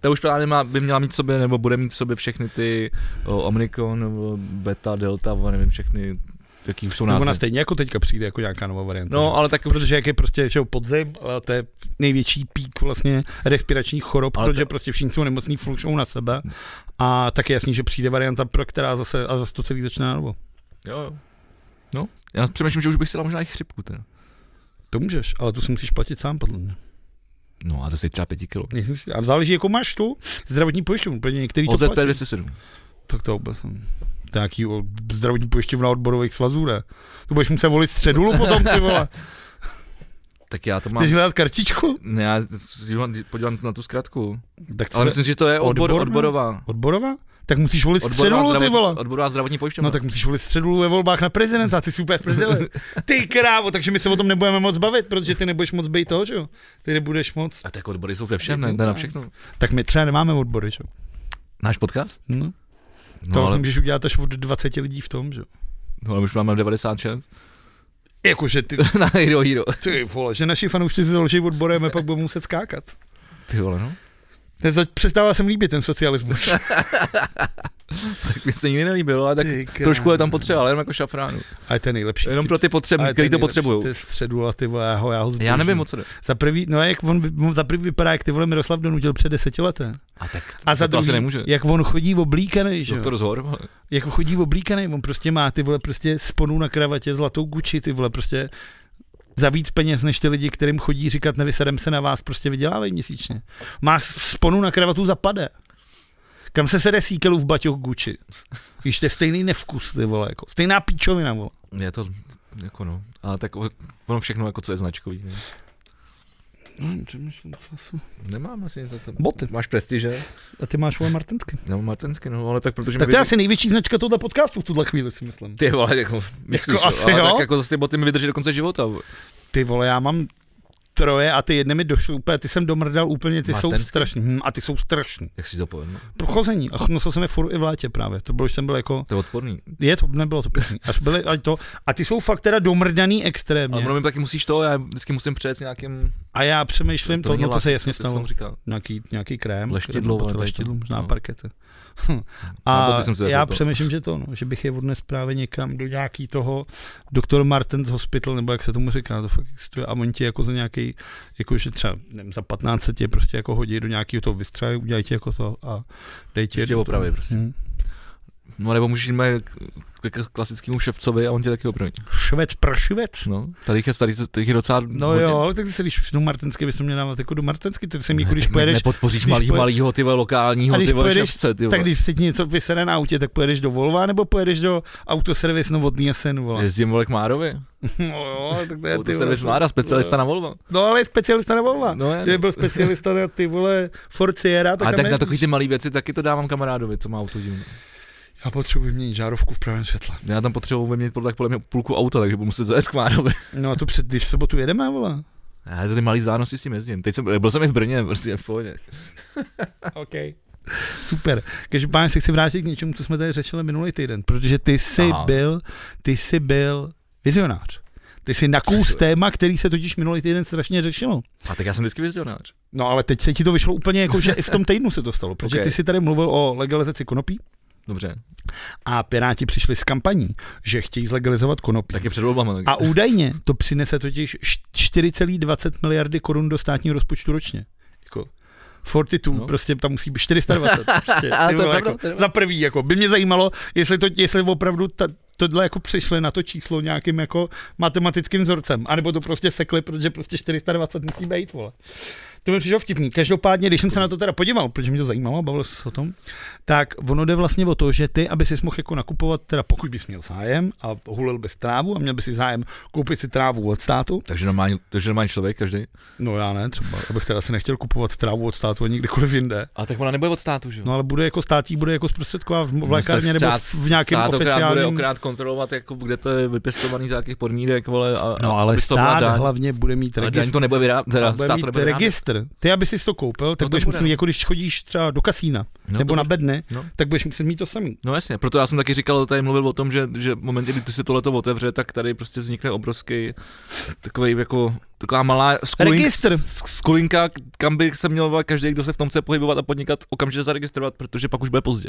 B: Ta už právě má, by měla mít v sobě, nebo bude mít v sobě všechny ty o, Omikron, nebo Beta, Delta, o nevím, všechny, jaký už jsou
A: Nebo ona
B: názvy.
A: stejně jako teďka přijde jako nějaká nová varianta. že?
B: No, ale tak
A: protože jak je prostě že jo, podzim, a to je největší pík vlastně respiračních chorob,
B: Ale
A: ale protože
B: to-
A: prostě všichni jsou nemocní, furt jsou na sebe a tak je jasný, že přijde varianta, pro která zase a zase to celý začne na novo.
B: jo, jo. No, já přemýšlím, že už bych si dal možná i chřipku teda.
A: To můžeš, ale tu si musíš platit sám, podle mě.
B: No a to si třeba pěti kilo.
A: Nejsem si- A záleží, jako máš tu zdravotní pojišťovnu, protože některý to
B: OZP
A: platí.
B: 207.
A: Tak to vůbec ne. To je nějaký o- zdravotní pojišťovna odborových svazů, ne? To budeš muset volit středulu potom, ty vole.
B: Tak já to mám.
A: Jdeš hledat kartičku?
B: Ne, já dívám, podívám na tu zkratku.
A: Tak co
B: Ale myslím, že to je odbor,
A: Odborná?
B: odborová.
A: Odborová? Tak musíš volit
B: Odborová,
A: středulu, ty vole.
B: zdravotní, odborová zdravotní pojišťovna.
A: No tak musíš volit středu ve volbách na prezidenta, ty super prezident. Ty krávo, takže my se o tom nebudeme moc bavit, protože ty nebudeš moc být toho, že jo? Ty nebudeš moc.
B: A tak odbory jsou ve všem, ne, ne
A: No.
B: na všechno.
A: Tak my třeba nemáme odbory, že jo?
B: Náš podcast?
A: No,
B: No,
A: to ale...
B: ale,
A: můžeš udělat až od 20 lidí v tom, že jo?
B: no, ale už máme 96.
A: Jakože ty,
B: na Hero Hero.
A: ty vole, že naši fanoušci si založí odbory a my pak budeme muset skákat.
B: Ty vole, no.
A: Ten zač- Přestává se mi líbit ten socialismus.
B: Tak mi se nikdy nelíbilo, ale tak
A: Ty
B: trošku
A: krá-
B: je tam potřeba, ale jenom jako šafránu.
A: A je ten nejlepší.
B: Jenom pro ty potřební, který to potřebují.
A: Ty středu a ty vole, já ho, já ho
B: Já
A: zbožňuji.
B: nevím, o co jde.
A: Za prvý, no jak on, vy- on za prvý vypadá, jak ty vole Miroslav Donutil před deseti lety.
B: A tak
A: A za
B: to asi
A: druhý,
B: nemůže.
A: jak on chodí oblíkaný, že jo?
B: Doktor Zhor, vole.
A: jak chodí oblíkaný, on prostě má ty vole prostě sponu na kravatě, zlatou Gucci, ty vole prostě za víc peněz než ty lidi, kterým chodí říkat nevysedem se na vás, prostě vydělávají měsíčně. Má s- sponu na kravatu zapade. Kam se sede síkelu v baťoch Gucci? Víš, to je stejný nevkus, ty vole, jako. Stejná píčovina, vole.
B: je to jako no. A tak o- ono všechno, jako co je značkový. Ne?
A: No, přemýšlím, co jsou.
B: Nemám asi nic za sebe.
A: Boty.
B: Máš prestiže?
A: A ty máš vole martensky.
B: Nemám martensky, no, ale tak protože...
A: Tak
B: mi
A: to je
B: vydrž-
A: asi největší značka tohle podcastu v tuhle chvíli, si myslím.
B: Ty vole, jako myslíš,
A: Jako
B: jo,
A: asi
B: ale
A: jo.
B: tak jako zase ty boty mi vydrží do konce života. vole.
A: Ty vole, já mám troje a ty jedny mi došly úplně, ty jsem domrdal úplně, ty jsou
B: Martensky?
A: strašný. Hm, a ty jsou strašný.
B: Jak si to povedl? no?
A: prochození. A nosil jsem je furt i v létě právě. To bylo, když jsem byl jako,
B: To je odporný.
A: je to, nebylo to pěkný. Až byly, ať to, a ty jsou fakt teda domrdaný
B: Ale
A: extrémně.
B: ono mi taky musíš to, já vždycky musím přejet s nějakým...
A: A já přemýšlím, to,
B: není
A: no, to se
B: lak,
A: jasně
B: jak tomu
A: stalo.
B: říká.
A: Nějaký, nějaký krém.
B: Leštidlo,
A: nebo to
B: ale to je
A: leštidlo,
B: to,
A: možná
B: no.
A: parkety.
B: Na
A: A
B: boty jsem se
A: já
B: zakoupil.
A: přemýšlím, že to, no, že bych je odnes právě někam do nějaký toho doktor Martens Hospital, nebo jak se tomu říká, to fakt existuje. A oni ti jako za nějaký, jako že třeba nevím, za 15 tě prostě jako hodí do nějakého toho vystřelí, udělají ti jako to a dej ti.
B: Že tě
A: jedno to.
B: opraví prostě.
A: Hm.
B: No nebo můžeš jít mé- k- k klasickému ševcovi a on tě taky opraví.
A: Švec, prašivec.
B: No, tady jich je, tady, tady jich je docela
A: No
B: hodně.
A: jo, ale tak zase, když už do Martensky bys to měl dávat jako do Martensky, tak jsem jako, když
B: Ne-
A: pojedeš,
B: nepodpoříš
A: když
B: malý,
A: poje-
B: malýho, ty vole, lokálního,
A: A když
B: ty vole,
A: pojedeš,
B: ševce, ty vole.
A: tak když se ti něco vysere na autě, tak pojedeš do Volva, nebo pojedeš do autoservis Novotný a sen, vole.
B: Jezdím, vole, k Márovi.
A: No jo, tak to je
B: Je,
A: ty
B: to
A: vole.
B: servis Mára, specialista na Volvo.
A: No ale je specialista na Volva.
B: No, je,
A: Kdyby byl specialista na ty vole Ford Sierra, tak,
B: a
A: tam
B: tak na
A: je-
B: takový ty malý věci taky to dávám kamarádovi, co má auto dílnu.
A: Já potřebuji vyměnit žárovku v pravém světle.
B: Já tam potřebuji vyměnit podle, tak podle mě půlku auta, takže budu muset zajet k Márovi.
A: No a to před, když v sobotu jedeme, vole.
B: Já to ty malý vzdálenosti s tím jezdím. Teď jsem, byl jsem i v Brně, prostě v pohodě.
A: OK. Super. Každopádně se chci vrátit k něčemu, co jsme tady řešili minulý týden, protože ty jsi
B: Aha.
A: byl, ty jsi byl vizionář. Ty jsi nakous téma, který se totiž minulý týden strašně řešilo.
B: A tak já jsem vždycky vizionář.
A: No ale teď se ti to vyšlo úplně jako, že i v tom týdnu se to stalo, protože
B: Okay.
A: ty jsi tady mluvil o legalizaci konopí
B: Dobře,
A: a Piráti přišli s kampaní, že chtějí zlegalizovat konopí.
B: tak je před volbama. Tak...
A: A údajně to přinese totiž š- 4,20 miliardy korun do státního rozpočtu ročně. Jako 42, no.
B: No.
A: prostě tam musí být 420. Prostě,
B: Ale
A: Ty
B: to je
A: vole,
B: pravda,
A: jako,
B: to je pravda.
A: za prvý, jako, by mě zajímalo, jestli, to, jestli opravdu ta, tohle jako přišli na to číslo nějakým jako matematickým vzorcem, anebo to prostě sekli, protože prostě 420 musí být, vole. To mi přišlo vtipný. Každopádně, když jsem se na to teda podíval, protože mě to zajímalo, bavil jsem se o tom, tak ono jde vlastně o to, že ty, aby si mohl jako nakupovat, teda pokud bys měl zájem a hulil bys trávu a měl bys si zájem koupit si trávu od státu,
B: Takže normální, takže normální člověk každý.
A: no já ne třeba, abych teda si nechtěl kupovat trávu od státu ani kdekoliv jinde,
B: A tak ona nebude od státu, že
A: no ale bude jako státí, bude jako zprostředková v, v lékárně nebo v- v nějakém
B: bude
A: oficiálním...
B: okrát kontrolovat, jako, kde to je vypěstovaný, za jakých podmínek, vole, a,
A: No ale
B: aby z toho byla
A: stát
B: daň.
A: hlavně bude mít
B: Ale daň
A: registr.
B: to nebude vyrábět, teda
A: bude
B: stát
A: mít
B: to nebude vyrábět.
A: registr. Ty, aby si to koupil, tak
B: to
A: budeš
B: bude,
A: muset, mít,
B: no.
A: jako když chodíš třeba do kasína
B: No,
A: nebo
B: to
A: na
B: bude.
A: bedny,
B: No.
A: tak budeš muset mít to samý.
B: No jasně, proto já jsem taky říkal, tady mluvil o tom, že, že v momentě, kdy ty se tohleto otevře, tak tady prostě vznikne obrovský takový jako taková malá skulink,
A: Registr.
B: s- skulinka, kam by se měl vole, každý, kdo se v tom chce pohybovat a podnikat, okamžitě zaregistrovat, protože pak už bude pozdě.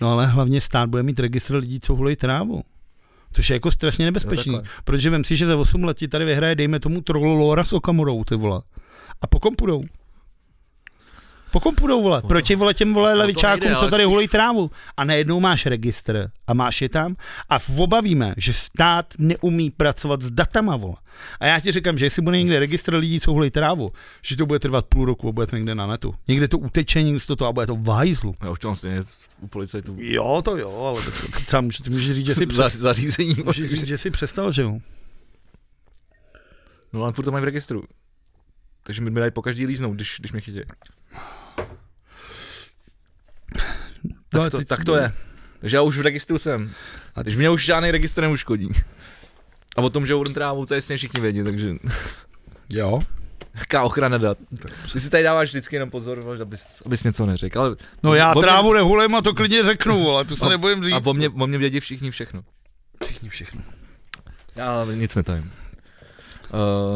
A: No ale hlavně stát bude mít registr lidí, co hulej trávu. Což je jako strašně nebezpečný.
B: No
A: No
B: takhle.
A: protože vem si, že za 8 let ti tady vyhraje, dejme tomu, Trollolora s Okamurou, ty vole. A po kom půjdou? Po kom půjdou, vole?
B: No to-
A: Proti, vole, těm, vole,
B: to
A: levičákům,
B: nejde,
A: co
B: ale
A: tady
B: spíš-
A: hulej trávu. A najednou máš registr a máš je tam a v- obavíme, že stát neumí pracovat s datama, vole. A já ti říkám, že jestli bude někde registr lidí, co hulej trávu, že to bude trvat půl roku a bude to někde na netu. Někde to uteče, někde to, to a bude to v hajzlu.
B: No, Já už to mám stejně u policajtů
A: Jo, to jo, ale tak třeba můžeš, můžeš říct, že jsi,
B: za,
A: přes,
B: zařízení.
A: můžeš říct, že jsi přestal, že jo?
B: No ale furt to mají v registru. Takže mi mi dají po každý líznout, když, když mě chytí. Tak,
A: No,
B: to,
A: teď-
B: tak to je. Takže já už v registru jsem.
A: A
B: A když mě už žádný registr neuškodí. A o tom, že urn trávu, to jasně všichni vědí, takže
A: Jo.
B: jaká ochrana dat. Ty si tady dáváš vždycky jenom pozor, vole, abys, abys něco neřekl. Ale,
A: No já
B: o mě-
A: trávu nehulem a to klidně řeknu, ale to se
B: A-
A: nebojím říct.
B: a o mě, o mě vědí všichni všechno.
A: všichni všechno.
B: Já nic netajím.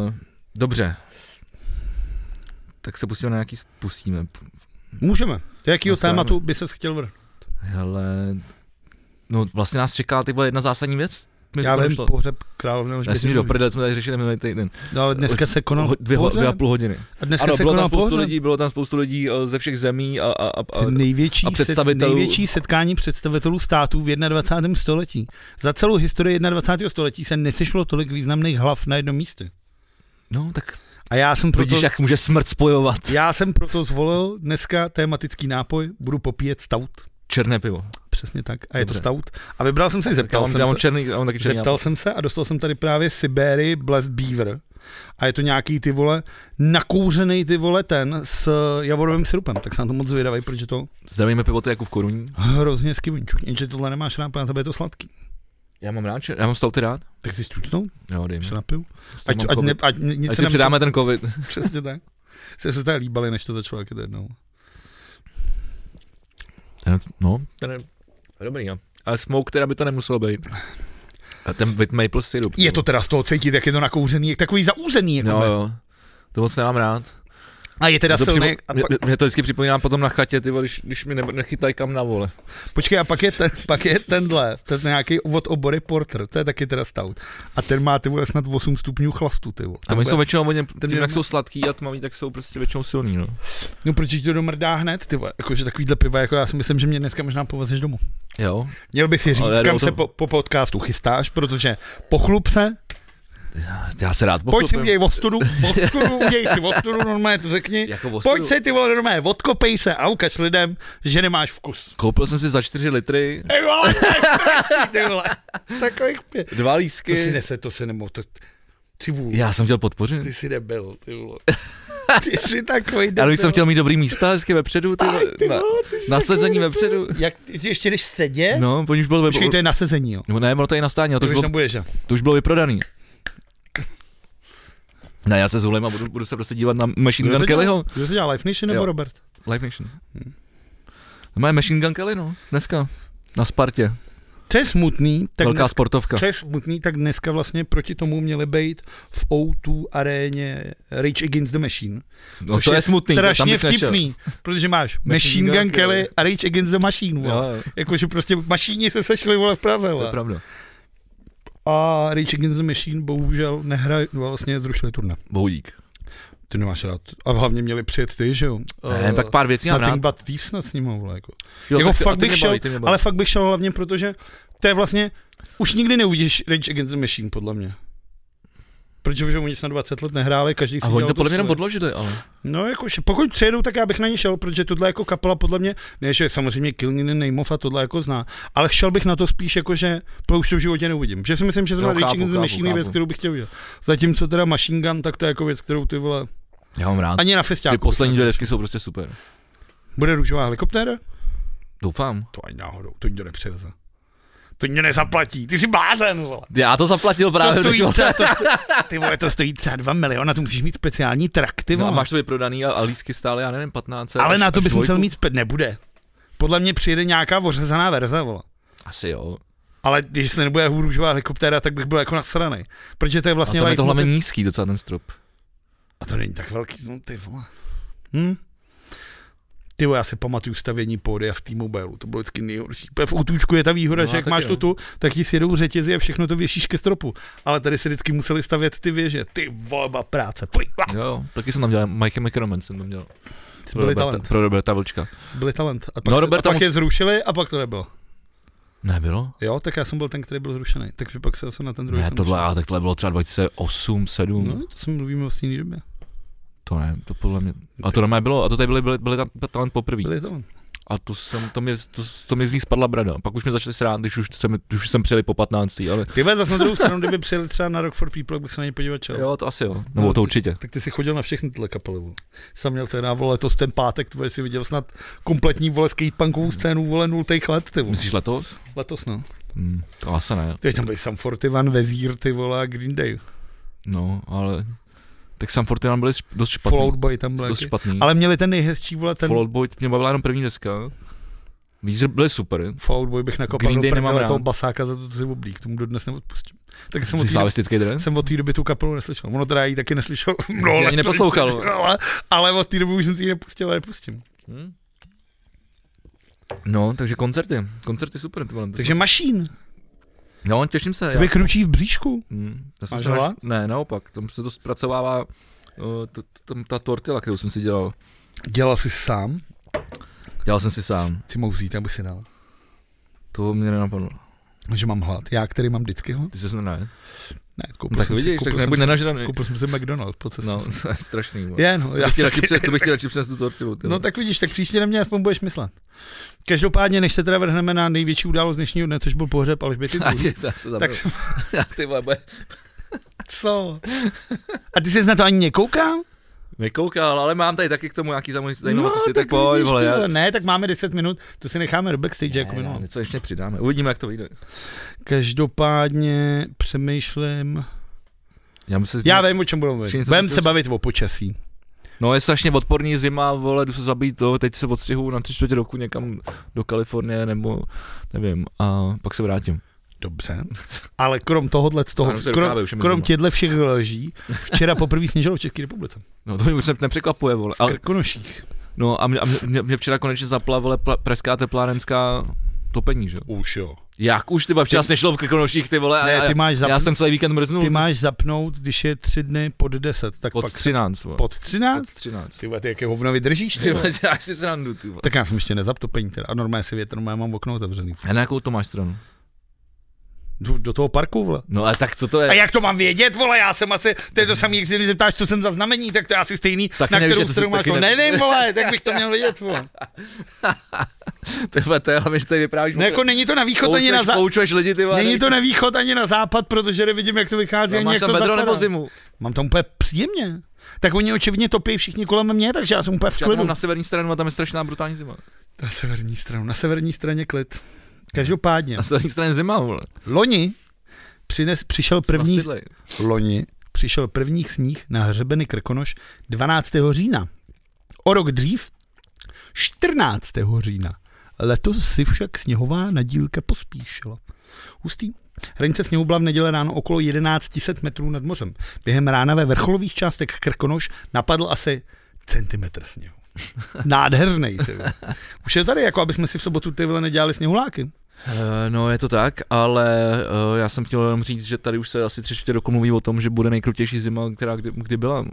B: Uh, dobře. Tak se pustíme na nějaký, spustíme.
A: Můžeme. Do jakého
B: Na stranu.
A: tématu by ses chtěl vrhnout?
B: Hele, no vlastně nás čeká ty vole, jedna zásadní věc. Mi
A: Já
B: to
A: vím,
B: došlo.
A: pohřeb královny
B: Já
A: Alžběty
B: jsem do
A: Žužové.
B: prdele, jsme tady řešili minulý týden.
A: No ale dneska se konal
B: Ho- Dvě, ho- dvě a
A: pohřeb.
B: půl hodiny.
A: A dneska
B: ano,
A: se
B: bylo tam
A: konal
B: spoustu
A: pohřeb.
B: lidí, bylo tam spoustu lidí eh, ze všech zemí a, a, a,
A: To je
B: a
A: Největší,
B: a
A: se,
B: představitelů-
A: největší setkání představitelů států v 21. století. Za celou historii 21. století se nesešlo tolik významných hlav na jednom místě.
B: no tak
A: A já jsem proto...
B: Proto... vidíš, jak může smrt spojovat.
A: Já jsem proto zvolil dneska tematický nápoj, budu popíjet stout.
B: Černé pivo.
A: Přesně tak. A je to
B: Dobře.
A: stout. A vybral jsem se,
B: Já
A: zeptal
B: mám,
A: jsem
B: já mám
A: se,
B: černý, já mám taky černý.
A: zeptal jsem se a dostal jsem tady právě Sibery Blessed Beaver. A je to nějaký ty vole, nakouřený ty vole ten s javorovým sirupem. Tak jsem na to moc zvědavý, protože to
B: Zdravíme pivo, to je jako v koruní.
A: hrozně skivinčuk. Jenže tohle nemáš rád, protože na tebe je to sladký.
B: Já mám rád, čer... já mám stouty rád.
A: Tak si stučnou,
B: Jo, dej mi.
A: se napiju.
B: S tím
A: Ať,
B: Mhm. mám
A: ať,
B: covid.
A: ne, ať ni- nic
B: Ať
A: se
B: si
A: nám
B: předáme ten covid.
A: Přesně tak. Se se tady líbali, než to začalo, jak je to jednou.
B: Ten- No, ten je dobrý, no. jo. Ale smoke teda by to nemuselo být. A ten with maple syrup.
A: Je to teda z toho cítit, jak je to nakouřený, jak takový zaúzený. Jako
B: Jo,
A: ne.
B: No, jo. To moc nemám rád.
A: A je teda
B: To
A: silný.
B: připo-
A: a
B: mě,
A: pak-
B: mě, to vždycky připomíná potom na chatě, ty, vole, když, když mi ne, nechytají kam na vole.
A: Počkej, a pak je, ten, pak je tenhle, to je nějaký od obory porter, to je taky teda stout. A ten má ty vole snad 8 stupňů chlastu, ty vole.
B: A
A: To
B: oni
A: bude-
B: jsou většinou, oni, tím,
A: je-
B: jak jsou sladký a tmavý, tak jsou prostě většinou silný, no.
A: No proč ti to domrdá hned, ty vole, jakože takovýhle piva, jako já si myslím, že mě dneska možná povezeš domů.
B: Jo.
A: Měl bys si říct,
B: Ale
A: kam
B: jdou to-
A: se po, po, podcastu chystáš, protože pochlub se,
B: Já se rád
A: pojď si
B: pochlupím.
A: uděj ostudu, ostudu, uděj si ostudu, normálně to řekni.
B: Jako ostudu.
A: Pojď si ty vole normálně, odkopej se a ukaž lidem, že nemáš vkus.
B: Koupil jsem si za 4 litry
A: Ty vole, to je strašný, ty vole. Takových pě...
B: dva
A: To si
B: lísky.
A: nese, to se nemohl, to... Ty vůl.
B: Já jsem chtěl podpořit.
A: Ty jsi nebyl, ty vole. Ty jsi takový
B: Já když jsem chtěl mít dobrý místa, hezky vepředu, ty, vole,
A: ty
B: na,
A: vole, ty jsi
B: na
A: takový
B: sezení
A: debil.
B: vepředu.
A: Jak, ty- ještě když seděl? No.
B: No, po už byl ve...
A: Počkej, to je na sezení, jo.
B: No ne, ono to je na stáně, ale
A: To
B: to, už
A: už
B: bylo,
A: nebudeš, jo.
B: to už bylo vyprodaný. Ne, já se zvolím a budu, budu se prostě dívat na Machine Gun Kellyho.
A: Kdo to dělal, Life Nation nebo
B: Jo.
A: Robert?
B: Hmm. Live Nation. No, má Machine Gun Kelly, no, dneska. Na Spartě.
A: Co je smutný, tak
B: Velká
A: dnes,
B: sportovka.
A: co je smutný, tak dneska vlastně proti tomu měly být v O2 aréně Rage Against the Machine.
B: No
A: což
B: to je smutný, to tam
A: strašně
B: bych nešel.
A: vtipný, protože máš
B: Machine
A: Machine
B: Gun
A: Gun
B: Kelly.
A: Kelly a Rage Against the Machine.
B: Jo,
A: vole.
B: jo,
A: Jakože prostě mašíni se sešli vole v Praze.
B: to je
A: Vole.
B: pravda.
A: A Rage Against the Machine bohužel nehraje, no vlastně zrušili turné.
B: Bohudík.
A: Ty nemáš rád. A hlavně měli přijet ty, že jo?
B: Ne,
A: Eh,
B: tak pár věcí mám rád.
A: Nothing but Thieves snad s ním, vole, jako.
B: Jo,
A: jako
B: tak ty-
A: fakt
B: a ty
A: bych
B: mě
A: šel,
B: baví, ty mě baví.
A: Ale fakt bych šel hlavně, protože to je vlastně, už nikdy neuvidíš Rage Against the Machine, podle mě. Protože už oni snad 20 let nehráli, každý si
B: A oni
A: dělal
B: to podle mě jenom
A: svoje.
B: odložili, ale.
A: No, jakože, pokud přijedou, tak já bych na ně šel, protože tohle jako kapela podle mě, ne, že samozřejmě Kilniny, Nejmov a tohle jako zná, ale šel bych na to spíš jako, že to už to v životě neuvidím. Že si myslím, že
B: Jo,
A: zrovna
B: chápu,
A: Rage Against the
B: chápu,
A: Machine je věc,
B: chápu.
A: kterou bych chtěl vidět. Zatímco teda Machine Gun, tak to je jako věc, kterou ty vole,
B: Já mám rád.
A: ani na festiáku.
B: Ty poslední
A: bych
B: dvě
A: ne-
B: desky jsou prostě super.
A: Bude růžová helikoptéra?
B: Doufám.
A: To ani náhodou, to nikdo nepřeveze. To nikdo nezaplatí, ty jsi blázen, vole.
B: Já to zaplatil právě.
A: to stojí
B: teď, vole.
A: třeba, to, sto- ty vole, to stojí třeba 2 miliony, tu musíš mít speciální trak, ty
B: No
A: vole.
B: a máš to vyprodaný a, a lísky stále, já nevím, 15.
A: Ale
B: až-
A: na to
B: až
A: bys musel
B: dvojku.
A: mít, spe- nebude. Podle mě přijede nějaká ořezaná verze, vole.
B: Asi jo.
A: Ale když se nebude hůružová helikoptéra, tak bych byl jako nasranej. Protože to je
B: A
A: vlastně
B: tam je to
A: leitmotiv-
B: hlavně nízký docela ten strop.
A: A to není tak velký, no ty vole. Hm? Ty vole, já si pamatuju stavění pódia v T-Mobile, to bylo vždycky nejhorší. Protože V útůčku je ta výhoda,
B: No,
A: no, že jak
B: taky
A: máš
B: jo.
A: to tu, tak ji sjedou řetězy a všechno to věšíš ke stropu. Ale tady se vždycky museli stavět ty věže. Ty volba práce. Fuj, ah,
B: Jo, Jo, taky jsem tam dělal, Mike McCormen jsem tam dělal. Pro
A: byli
B: Roberta,
A: talent.
B: pro Roberta Vlčka.
A: Byli talent. A pak,
B: No,
A: no,
B: Roberta
A: a pak
B: mus-
A: je zrušili a pak to nebylo.
B: Nebylo?
A: Jo, tak já jsem byl ten, který byl zrušený. Takže pak se zase na ten druhý
B: Ne,
A: jsem
B: tohle,
A: šel.
B: ale takhle bylo třeba 2008, 7.
A: No, to si mluvíme o stejné době.
B: To ne, to podle mě. A to normálně bylo, a to tady byly, byly, byly tam talent poprvé.
A: Byli talent.
B: A to, jsem, to, mě, to, to mě z ní spadla brada. Pak už mě začali srát, když už jsem, když už jsem přijeli po 15. Ale
A: Ty vole, zase na druhou stranu, kdyby přijeli třeba na Rock for People, bych se na ně podívat čel.
B: jo, to asi jo.
A: No,
B: Nebo
A: ty-
B: to určitě.
A: Tak ty jsi chodil na všechny tyhle kapely. Vole. Jsem měl teda, vole, letos ten pátek, tvoje si viděl snad kompletní, vole, skatepunkovou scénu, vole, nultých let, ty vole.
B: Myslíš letos?
A: Letos, no.
B: Hmm, to asi ne.
A: Teď tam byli Sam Fortivan, Vezír, ty vole, a Green Day.
B: No, ale... Tak Sam Fortinan byli šp- dost špatný.
A: Fallout Boy tam byl.
B: dost
A: taky.
B: špatný.
A: Ale měli ten nejhezčí, vole, ten...
B: Fallout Boy mě bavila jenom první deska. Vízer byly super.
A: Fallout Boy bych nakopal
B: Green
A: do
B: Day nemám
A: prdele
B: rád.
A: toho basáka za to, co si oblík, tomu dodnes neodpustím. Tak jsem od té
B: Jsi
A: doby,
B: slavistický dres?
A: jsem od té doby tu kapelu neslyšel. Ono teda já ji taky neslyšel.
B: ani
A: let,
B: neposlouchal.
A: Ale, ale od té doby už jsem si ji nepustil a nepustím.
B: Hm? No, takže koncerty. Koncerty super. Ty vole, to
A: Takže Machine,
B: jsou- No, těším se.
A: to
B: Já,
A: by kručí v bříšku.
B: hm, já jsem
A: Máš
B: se naš...
A: hlad?
B: Ne, naopak. Tam se to zpracovává uh, to, to, tam ta tortilla, kterou jsem si dělal.
A: Dělal jsi sám,
B: Dělal jsem si sám.
A: ty mohu vzít, abych si dal.
B: To mě nenapadlo.
A: že mám hlad. Já, který mám vždycky hlad?
B: Ty se ne.
A: Ne,
B: No,
A: koupil
B: tak
A: jsem
B: vidíš,
A: si,
B: tak
A: koupil, jsem
B: nebuď
A: si,
B: nenažraný.
A: koupil jsem si McDonald's po cestě.
B: No, to je strašný. vole.
A: je, no,
B: To
A: já
B: bych ti
A: taky-
B: radši přines- To bych ti radši přinesl tu tortilu. ty
A: No
B: vole.
A: tak vidíš, tak příště na mě aspoň budeš myslet. Každopádně, než se teda vrhneme na největší událost dnešního dne, což byl pohřeb Alžběty
B: A
A: Dvořák.
B: tě- já se
A: Tak
B: tak já ty vole, bude-
A: Co? A ty jsi na to ani nekoukal?
B: nekoukal, ale mám tady taky k tomu nějaký zajímavý zajímavosti, tak
A: No, vidíš,
B: pojď,
A: ty
B: vole, já-
A: vole. Ne, tak máme 10 minut, to si necháme do backstage jako
B: Ne, ne,
A: minulé.
B: něco ještě přidáme, uvidíme, jak to vyjde.
A: Každopádně přemýšlím.
B: Já myslím,
A: Já vím, o čem budeme
B: Přijde
A: mluvit.
B: se
A: Budeme
B: to-
A: se bavit o počasí.
B: No je strašně odporný zima, vole, jdu se zabít to, teď se odstěhuju na tři čtvrtě roku někam do Kalifornie nebo nevím a pak se vrátím.
A: Dobře. Ale krom tohohle, z toho,
B: Stáhnu se do
A: krom,
B: kávy, už je mi
A: krom
B: zima.
A: těchto všech lží, včera poprvé sněžilo v České republice.
B: No to mě už ne- nepřekvapuje, vole.
A: V
B: Ale,
A: Krkonoších.
B: no a mě, a mě- mě, mě včera konečně zapla, vole, pla, pražská teplárenská topení, že? jo?
A: Už jo.
B: Jak už, ty vole, včera nešlo v Krkonoších, ty vole, a
A: Ne,
B: já,
A: ty máš,
B: já
A: zapn-
B: jsem celý víkend mrznul.
A: ty máš zapnout, když je tři dny pod 10, tak
B: Pod
A: pak
B: 13, vole.
A: pod 13?
B: Pod 13.
A: Ty vole, ty jaké hovno vydržíš, ty
B: Ty
A: vole.
B: vole, já si srandu, ty vole.
A: Tak já jsem ještě nezaptopení teda. A normálně si větr, normálně mám okno otevřený.
B: A na jakou to máš stranu?
A: Jdu do toho parku, vole.
B: No a tak co to je?
A: A jak to mám vědět, vole, já jsem asi, to je to samý, jak se mě zeptáš, co jsem za znamení, tak to je asi stejný,
B: Taky
A: na
B: nevíš,
A: kterou
B: že to si
A: stranu máš,
B: taky
A: ne...
B: ne-
A: nevím, vole, tak bych to měl vědět, vole.
B: Ty vole, to je hlavně, že tady vyprávíš.
A: No jako není to na východ, ani na
B: poučuješ,
A: za...
B: poučuješ lidi, ty vole.
A: Není to na východ ani na západ, protože nevidím, jak to vychází.
B: No,
A: ani
B: máš
A: jak
B: tam
A: to
B: vedro
A: zapadá.
B: nebo zimu?
A: Mám tam úplně příjemně. Tak oni očividně topí všichni kolem mě, takže já jsem úplně v
B: Já to
A: klidu.
B: mám na severní stranu a tam je strašná brutální zima.
A: na severní stranu, na severní straně klid. Každopádně,
B: Na severní straně zima, vole.
A: loni přines, přišel první,
B: Pastidlej.
A: loni přišel první sníh na hřebeny Krkonoš 12. října. O rok dřív 14. října. Letos si však sněhová nadílka pospíšila. Hustý. Hranice sněhu byla v neděli ráno okolo 11 000 metrů nad mořem. Během rána ve vrcholových částech Krkonoš napadl asi centimetr sněhu. Nádherný. Ty. vole. Už je tady, jako aby jsme si v sobotu ty vole nedělali sněhuláky.
B: Eh, No je to tak, ale eh, já jsem chtěl jenom říct, že tady už se asi tři čtvrtě roku mluví o tom, že bude nejkrutější zima, která kdy, kdy byla.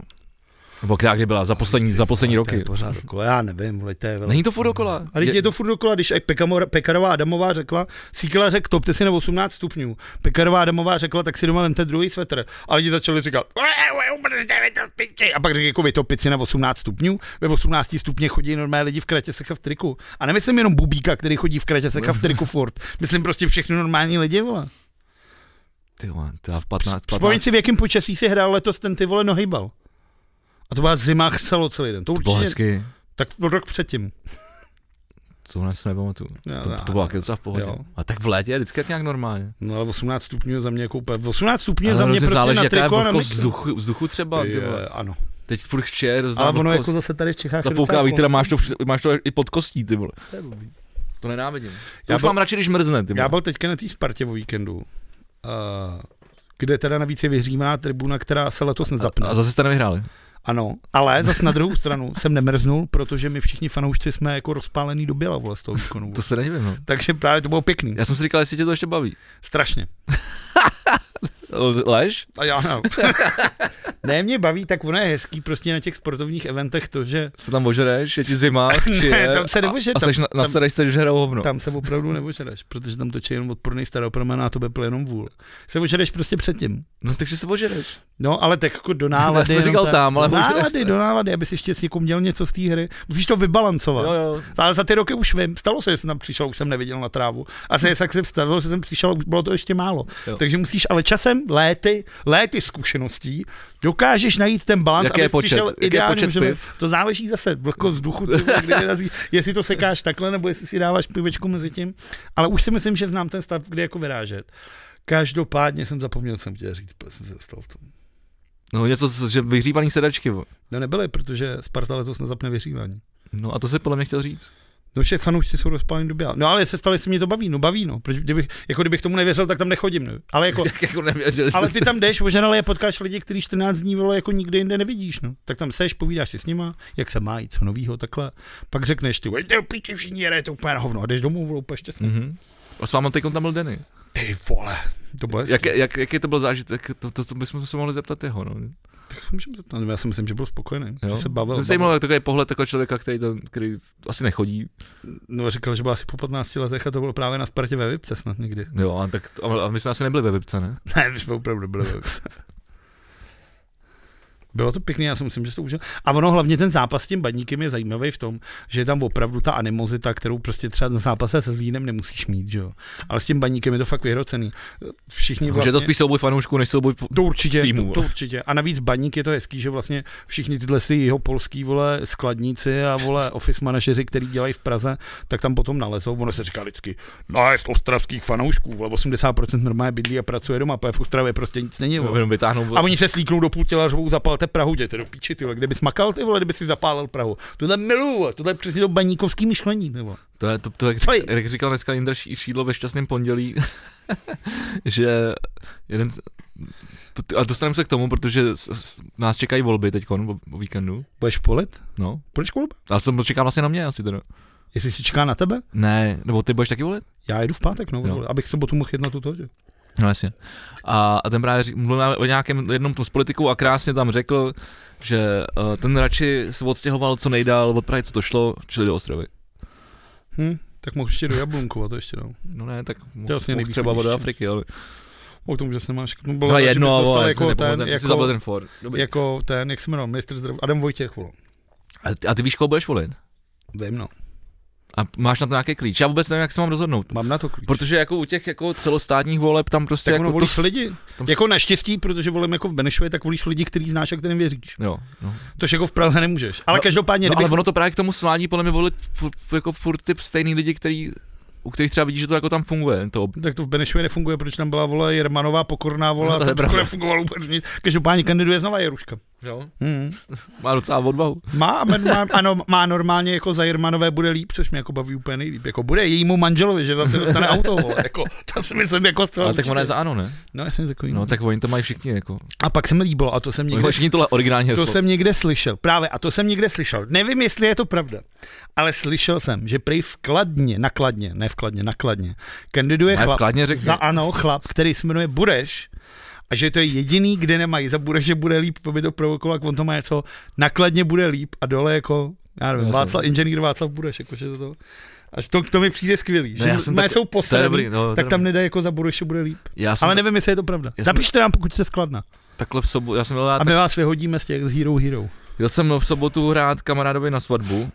B: Nebo která kdy byla, za poslední, za
A: To
B: poslední
A: je
B: roky.
A: pořád okolo, já nevím, vole, to je vele.
B: Není to furt dokola.
A: A teď je to furt dokola, když jak Pekamora- Pekarová Adamová řekla, Síkela řekl, topte si na 18 stupňů. Pekarová Adamová řekla, tak si doma vemte druhý svetr. A lidi začali říkat, "Ue, ue, umrzne mi to v piči." a pak řekl, jako vy to pici na 18 stupňů, ve 18 stupně chodí normální lidi v kratěsech a v triku. A nemyslím jenom Bubíka, který chodí v kratěsech a v triku furt. Myslím prostě všechny normální lidi, vole.
B: Ty vole, to já v 15, 15
A: Vzpomeň si, v jakém počasí si hrál letos ten ty vole nohybal. A to byla zima celo celý den. To
B: to bylo
A: určitě,
B: hezky.
A: tak rok předtím.
B: To se nepamatuju.
A: Já,
B: To, to bylo taky docela v pohodě.
A: Jo.
B: A tak v létě je vždycky tak nějak normálně.
A: No ale 18 stupňů je za mě jako úplně... 18 stupňů je
B: Ale
A: za mě
B: hrozně
A: prostě
B: záleží,
A: na
B: jaká je
A: triko a na
B: vlhkost
A: mikro.
B: vzduchu, vzduchu třeba. ty vole.
A: Je, ano.
B: Teď furt chče, rozdá
A: Ale ono
B: vlhkost.
A: jako zase tady v Čechách... je
B: Zapouká
A: docela jako-
B: vítr a
A: moc.
B: máš to, vš- máš to i pod kostí, ty vole.
A: To je blbý.
B: To nenávidím. To
A: Já
B: už
A: byl-
B: mám radši, když mrzne, ty
A: Já
B: vole.
A: byl teďka na té Spartě o víkendu, eh, kde teda navíc je vyhřímaná tribuna, která se letos nezapne.
B: A, a zase jste nevyhráli.
A: Ano, ale zas na druhou stranu jsem nemrznul, protože my všichni fanoušci jsme jako rozpálený do běla vole z toho výkonu.
B: To se nedivím, no.
A: Takže právě to bylo pěkný.
B: Já jsem si říkal, jestli tě to ještě baví.
A: Strašně.
B: L- Lež?
A: A já ne. ne, mě baví, tak ono je hezký prostě na těch sportovních eventech to, že
B: Se tam ožereš, je ti zima, křije,
A: tam se neožer,
B: a, a
A: tam-
B: seš na, na
A: tam-
B: sedačce, že hrajou hovno.
A: Tam se opravdu neožereš, protože tam točí jenom odporný staropramená a to byl jenom vůl. Se ožereš prostě předtím.
B: No takže se ožereš.
A: No, ale tak jako do
B: Já
A: nálady.
B: jsem
A: jenom
B: říkal
A: tak-
B: tam, ale
A: do
B: ožereš
A: nálady,
B: se.
A: do nálady, aby si ještě s někomu měl něco z té hry. Musíš to vybalancovat.
B: Jo, jo.
A: Ale za ty roky už vím, stalo se, že jsem tam přišel, už jsem neviděl na trávu. A se jak jsem stalo, že jsem přišel, už bylo to ještě málo.
B: Jo.
A: Takže musíš, ale časem, léty, léty zkušeností, dokážeš najít ten balans,
B: Jaký je
A: abys
B: počet?
A: přišel
B: Jaký je
A: ideální
B: počet
A: můžeme-
B: piv?
A: To záleží zase, vlhkost vzduchu, ty vole, kdy vyrazí, jestli to sekáš takhle, nebo jestli si dáváš pivečku mezi tím. Ale už si myslím, že znám ten stav, kdy jako vyrážet. Každopádně jsem zapomněl, co jsem chtěl říct, protože jsem se dostal v tom.
B: No něco, z- že vyhřívaný sedačky. vole.
A: No nebyly, protože Sparta letos nezapne vyřívání.
B: No a to se podle mě chtěl říct.
A: No, že fanoušci jsou rozpálení do běla. No, ale se stali, jestli mě to baví, no baví, no. Protože kdybych, jako kdybych tomu nevěřil, tak tam nechodím, no. Ale jako,
B: Tak jako nevěřili
A: ale
B: jste
A: ty tam jdeš, ožerali a potkáš lidi, který 14 dní vole jako nikde jinde nevidíš, no. Tak tam seš, povídáš si s nima, jak se mají, co novýho, takhle. Pak řekneš ty, "Ej, ty píči, všichni jede, to úplně na hovno, a jdeš domů, vole, úplně šťastný.
B: Mhm. A s váma teď tam byl Denny.
A: Ty vole, to bude.
B: Jak, jak, jaký to byl zážitek? To, to, to bychom se mohli zeptat jeho. No.
A: Tak se můžeme zeptat. No, Já si myslím, že byl spokojený, že se bavil.
B: Mě
A: bavil.
B: zajímalo, jak takový pohled takového člověka, který, tam, který asi nechodí.
A: No, říkal, že byl asi po 15 letech a to bylo právě na Spartě ve Vipce snad někdy.
B: Jo, a, tak, a, a my jsme asi nebyli ve Vipce, ne?
A: Ne, my jsme opravdu byli velcí. Bylo to pěkné, já si myslím, že se to užil. A ono hlavně ten zápas s tím badníkem je zajímavý v tom, že je tam opravdu ta animozita, kterou prostě třeba na zápase se Zlínem nemusíš mít, že jo. Ale s tím baníkem je to fakt vyhrocený. Všichni
B: Vlastně...
A: vlastně...
B: Že to spíš souboj fanoušků, než souboj po-
A: To určitě,
B: týmu,
A: to, to
B: vole.
A: určitě. A navíc baník je to hezký, že vlastně všichni tyhle si jeho polský vole skladníci a vole office manažeři, který dělají v Praze, tak tam potom nalezou. Ono se říká vždycky, no je z ostravských fanoušků, vole 80% normálně bydlí a pracuje doma, protože v Ostravě prostě nic není. Vole.
B: jenom vytáhnout.
A: A oni se slíknou do půl těla, řvou, zapalte Prahu, jděte do píči, ty vole, kde bys makal, ty vole, kdyby si zapálil Prahu. Tohle miluju, vole, tohle je přesně to baníkovský myšlení, ty vole.
B: To je to, to jak,
A: Co je?
B: řík, jak říkal dneska Jindra Ší- Šídlo ve šťastném pondělí, že jeden... z- A dostaneme se k tomu, protože s- s- nás čekají volby teď o o víkendu.
A: Budeš polit?
B: No.
A: Budeš kolba?
B: Já jsem to čekám vlastně na mě asi teda.
A: Jestli si čeká na tebe?
B: Ne, nebo ty budeš taky volit?
A: Já jedu v pátek, no,
B: Jo.
A: vole, abych v sobotu mohl jednat u toho, že?
B: No jasně. A, a ten právě řík- mluvil o nějakém jednom tom z politiků a krásně tam řekl, že uh, ten radši se odstěhoval co nejdál od Prahy, co to šlo, čili do Ostravy.
A: Hm? Tak mohl ještě do Jablunkova, to ještě no.
B: No ne, tak mohl,
A: To je vlastně
B: mohl
A: nejvíc
B: třeba do
A: ještě.
B: Afriky, ale
A: O tom, že se máš... No,
B: to je
A: že bys
B: jedno,
A: dostal
B: ale
A: jako ten,
B: ty jsi zabil
A: jako,
B: ten for. Dobrý.
A: jako ten, jak se jmenoval, ministr zdraví, Adam Vojtěch, vole.
B: A, ty, a ty víš, koho budeš volit?
A: Vím, no.
B: A máš na to nějaký klíč? Já vůbec nevím, jak se mám rozhodnout.
A: Mám na to klíč.
B: Protože jako u těch jako celostátních voleb tam prostě
A: tak
B: jako
A: ono volíš
B: to, s-
A: lidi.
B: tam s-
A: Jako naštěstí, protože volím jako v Benešově, tak volíš lidi, který znáš a kterým věříš.
B: Jo, no.
A: Což jako v Praze nemůžeš. Ale
B: No,
A: každopádně,
B: no
A: kdybych
B: ale ono to právě k tomu svání podle mě volit furt, jako furt ty stejný lidi, který, u kterých třeba vidíš, že to jako tam funguje. To, ob-
A: Tak to v Benešově nefunguje, protože tam byla vole Jermanová, pokorná vole,
B: No,
A: no,
B: to je
A: to, to
B: pravda.
A: nefungovalo vůbec nic. Každopádně kandiduje znova Jeruška.
B: Jo,
A: Mm.
B: má docela odvahu.
A: Má, a men- má, ano, má normálně jako za Jermanové bude líp, což mě jako baví úplně nejlíp. Jako bude jejímu manželovi, že zase dostane auto, vole, jako, to si myslím jako zcela
B: Ale tak ona je
A: určitě.
B: za ano, ne?
A: No, já jsem takový.
B: No, tak No, oni to mají všichni, jako.
A: A pak se mi líbilo, a to jsem
B: Oni
A: někde
B: mají všichni tohle originální heslo.
A: To jsem někde slyšel, právě, a to jsem někde slyšel. Nevím, jestli je to pravda, ale slyšel jsem, že prý v Kladně, nakladně, ne v Kladně, nakladně, kandiduje
B: Ne,
A: chlap,
B: vkladně řekni.
A: za ano, chlap, který se jmenuje Bureš, a že to je jediný, kde nemají za Bureš, že bude líp, aby to provokoval, jak on to má něco, nakladně bude líp a dole jako, já nevím,
B: Jasně.
A: Václav, inženýr Václav Bureš, jakože to, to a to, to mi přijde skvělý,
B: No,
A: že
B: já jsem
A: mé
B: tak-
A: jsou
B: To je
A: poslední,
B: dobrý, no, to
A: tak
B: je
A: tam
B: dobrý.
A: nedá jako za Bureš, že bude líp.
B: Já jsem
A: Ale nevím, jestli je to pravda.
B: Já jsem-
A: Napište nám, pokud jste skladná.
B: takhle v sobotu, já jsem byl rád,
A: A my vás vyhodíme z těch z Hero Hero.
B: Jel jsem v sobotu hrát kamarádovi na svatbu.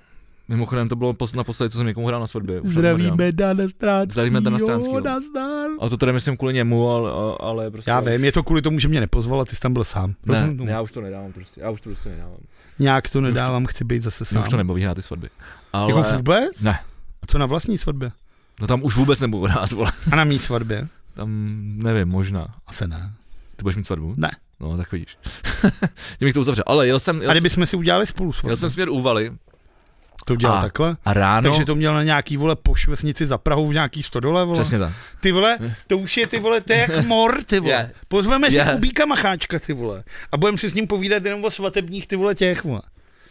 B: Mimochodem to bylo pos- naposledy, co jsem někomu hrál na svatbě. Už to nehrám.
A: Zdravíme Dana Stránský.
B: Zdravíme Dana Stránskýho.
A: Jo, nazdar.
B: A to teda myslím kvůli němu, ale, ale prostě...
A: Já vím, je to kvůli tomu, že mě nepozval a ty jsi tam byl sám.
B: Ne,
A: Rozumím tomu.
B: ne, já už to nedávám prostě, já už to prostě nedávám.
A: Nějak to nedávám, chci být zase
B: Mě
A: sám.
B: už to nebaví hrát ty svatby. Ale...
A: Jako vůbec?
B: Ne.
A: A co na vlastní svatbě?
B: No tam už vůbec nebudu hrát, vole.
A: A na mý svatbě?
B: Tam nevím, možná.
A: Asi ne.
B: Ty budeš mít svatbu?
A: Ne.
B: No, tak vidíš. Tím bych to uzavřel. Ale jel jsem, jel,
A: A
B: jsem-
A: kdybychom si udělali spolu svatbu?
B: jel jsem směr Úvaly
A: to udělal
B: A,
A: takhle?
B: a ráno...
A: Takže to měl na nějaký vole pošvesnici za Prahou v nějaký stodole, vole.
B: Přesně tak.
A: Ty vole, to už je ty vole, to je jak mor, ty vole.
B: Je.
A: Pozveme si
B: Je.
A: Kubíka Macháčka, ty vole. A budeme si s ním povídat jenom o svatebních ty vole těch, vole.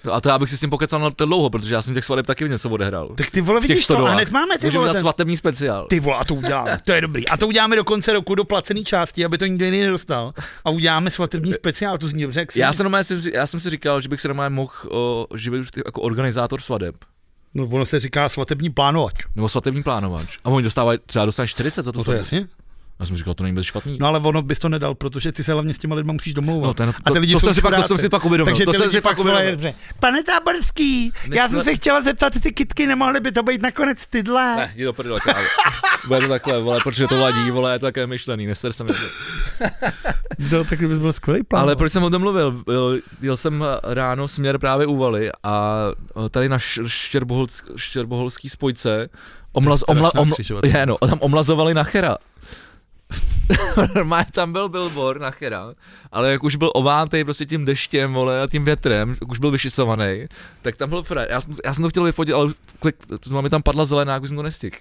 B: No A to já bych si s tím pokecal na to dlouho, protože já jsem těch svateb taky něco odehrál.
A: Tak ty vole,
B: v těch
A: vidíš to, a
B: stodolách.
A: hned máme ty
B: Můžeme
A: vole.
B: dát
A: ten-
B: svatební speciál.
A: Ty vole, a to uděláme, to je dobrý. A to uděláme do konce roku do placený části, aby to nikdo jiný nedostal. A uděláme svatební speciál, to zní dobře, jak
B: Já jsem, normálně, si- já jsem si říkal, že bych se normálně mohl, o, že bych už ty- jako organizátor svadeb,
A: No, ono se říká svatební plánovač.
B: nebo svatební plánovač. A oni dostávají, třeba dostaneš 40 za to.
A: No to
B: svatbu.
A: jasně.
B: Já jsem říkal, to není vůbec špatný.
A: No ale ono bys to nedal, protože ty se hlavně s těma lidma musíš domlouvat.
B: No, ten,
A: a ty
B: to,
A: lidi
B: to,
A: jsou
B: jsem si pak, to
A: čuráci.
B: jsem si pak uvědomil.
A: Takže
B: to
A: ty
B: jsem
A: lidi
B: si pak
A: volají
B: uvědomil.
A: dobře. Pane Táborský, já jsem
B: jsme-
A: se chtěla zeptat, ty kitky nemohly by to být nakonec tyhle.
B: Ne, jdi do prdele, kámo. Bude to takhle, vole, protože to vladí, vole, je to také myšlený, nester se mi. to.
A: No, tak bys byl skvělý plán.
B: Ale proč jsem o tom mluvil? Jel, jel jsem ráno směr právě Uvaly a eh, tady na Š- Štěrboholc- štěrboholský spojce omlaz,
A: To je
B: omla,
A: strašná
B: omla,
A: křižovatka.
B: je, no, tam omlazovali Nachera. Normálně tam byl billboard Nachera, ale jak už byl ovátej prostě tím deštěm, vole, a tím větrem, jak už byl vyšisovaný, tak tam byl frér. Já jsem, já jsem to chtěl vyfotit, ale klik, to mám, mi tam padla zelená, jak už jsem to nestihl.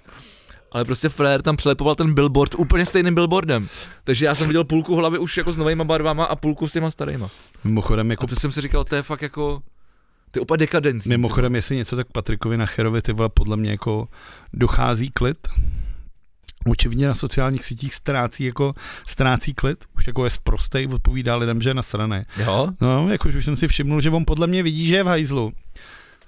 B: Ale prostě frér tam přelepoval ten billboard úplně stejným billboardem. Takže já jsem viděl půlku hlavy už jako s novejma barvama a půlku s těma starýma.
A: Mimochodem,
B: A
A: jako
B: to jsem si říkal, to je fakt jako, ty opa dekadentní.
A: Mimochodem, jestli něco, tak Patrikovi Nacherovi ty vole podle mě jako dochází klid. Očividně na sociálních sítích ztrácí jako ztrácí klid, už jako je sprostej, odpovídá lidem, že je nasrané.
B: Jo?
A: No, jakož už jsem si všimnul, že on podle mě vidí, že je v hajzlu.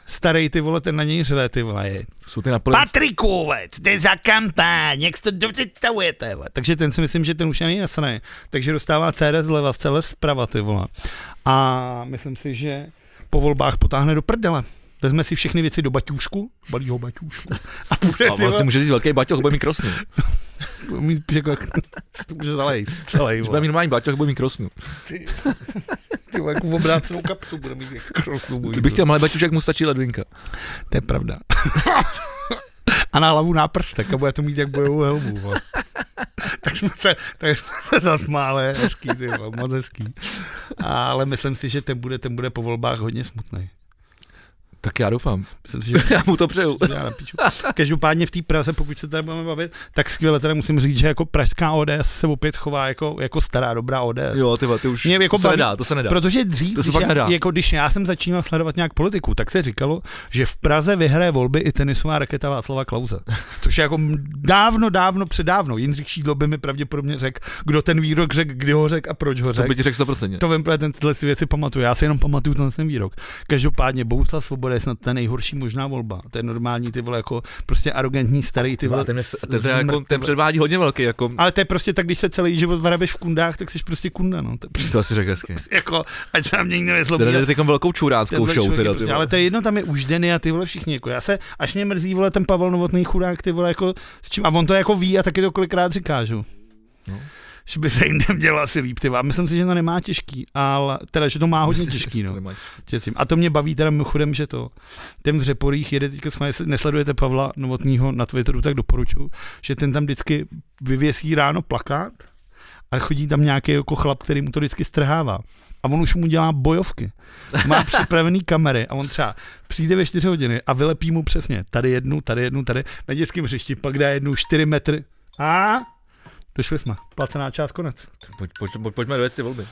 A: Starý ty vole, ten na něj řve ty vole. Je.
B: To jsou ty Napoleon...
A: Patriku, vole, co to je za kampaň, jak si to dotitavujete, vole. Takže ten si myslím, že ten už není nasraný. Takže dostává CD zleva, celé zprava, ty vole. A myslím si, že po volbách potáhne do prdele. Vezme si všechny věci do baťůšku, balí ho baťůšku a bude
B: A vlastně-
A: ty
B: on si
A: vole,
B: může říct velký baťoch, bude mi krosný.
A: mít jako, to může zalejst, celý,
B: Když bude
A: vole.
B: mít normální baťoch, bude mi krosný.
A: Ty, ty vole, jako obrácenou kapsu bude mít jako krosnou,
B: Kdybych chtěl malý baťušek, mu stačí ledvinka.
A: To je pravda. a na hlavu náprstek a bude to mít jak bojovou helmu. vole. tak jsme se, tak jsme se zasmáli, hezký, ty, vole, moc hezký. Ale myslím si, že ten bude, ten bude po volbách hodně smutný.
B: Tak já doufám.
A: Myslím si, že
B: Já mu to přeju.
A: to dělá na piču. Každopádně v té Praze, pokud se tady budeme bavit, tak skvěle teda musím říct, že jako pražská ODS se opět chová jako, jako stará dobrá ODS.
B: Jo, ty vole, ty už,
A: Mě jako
B: to se
A: baví-
B: nedá, to se nedá.
A: Protože dřív,
B: To se
A: když
B: pak
A: já,
B: nedá.
A: jako když já jsem začínal sledovat nějak politiku, tak se říkalo, že v Praze vyhraje volby i tenisová raketa Václava Klauze. Což je jako m- dávno, dávno, předávno. Jindřich Šídlo by mi pravděpodobně řekl, kdo ten výrok řekl, kdy ho řekl a proč ho
B: To
A: řekl.
B: by ti řekl 100%.
A: To vím, protože ten- tyhle si věci pamatuju. Já si jenom pamatuju ten, ten výrok. Každopádně Bohuslav Svoboda je snad ta nejhorší možná volba. To je normální, ty vole, jako prostě arrogantní starý ty vole.
B: ten, je,
A: z-
B: ten, je jako,
A: zmrt, ty
B: ten
A: vole.
B: předvádí hodně velký, jako...
A: Ale to je prostě tak, když se celý život varabeš v kundách, tak jsi prostě kunda, no. To je prostě
B: To asi řekl hezky.
A: jako, ať se na mě nikdo nezlobí.
B: Teda jde teď velkou
A: Tenhle
B: čuráckou show,
A: člověk je
B: teda, ty
A: prostě,
B: vole.
A: ale to je jedno, tam je už Denny a ty vole všichni. Jako já se, až mě mrzí vole ten Pavel Novotný chudák, ty vole jako, s čím, a on to jako ví a taky to kolikrát říká, že? jo.
B: No.
A: Že by se jinde dělo asi líp, ty vole. A myslím si, že to nemá těžký, ale teda, že to má hodně těžký,
B: To
A: no.
B: nemáš.
A: Těsím. A to mě baví teda mimochodem, že to, ten v Řeporích jede, teďka jsme, jestli nesledujete Pavla Novotního na Twitteru, tak doporučuju, že ten tam vždycky vyvěsí ráno plakát a chodí tam nějaký jako chlap, který mu to vždycky strhává. A on už mu dělá bojovky. Má připravený kamery a on třeba přijde ve 4 hodiny a vylepí mu přesně tady jednu, tady jednu, tady na dětském hřišti, pak dá jednu 4 metry a došli jsme. Placená část, konec.
B: Pojď, pojď, pojď, pojďme dojet ty volby.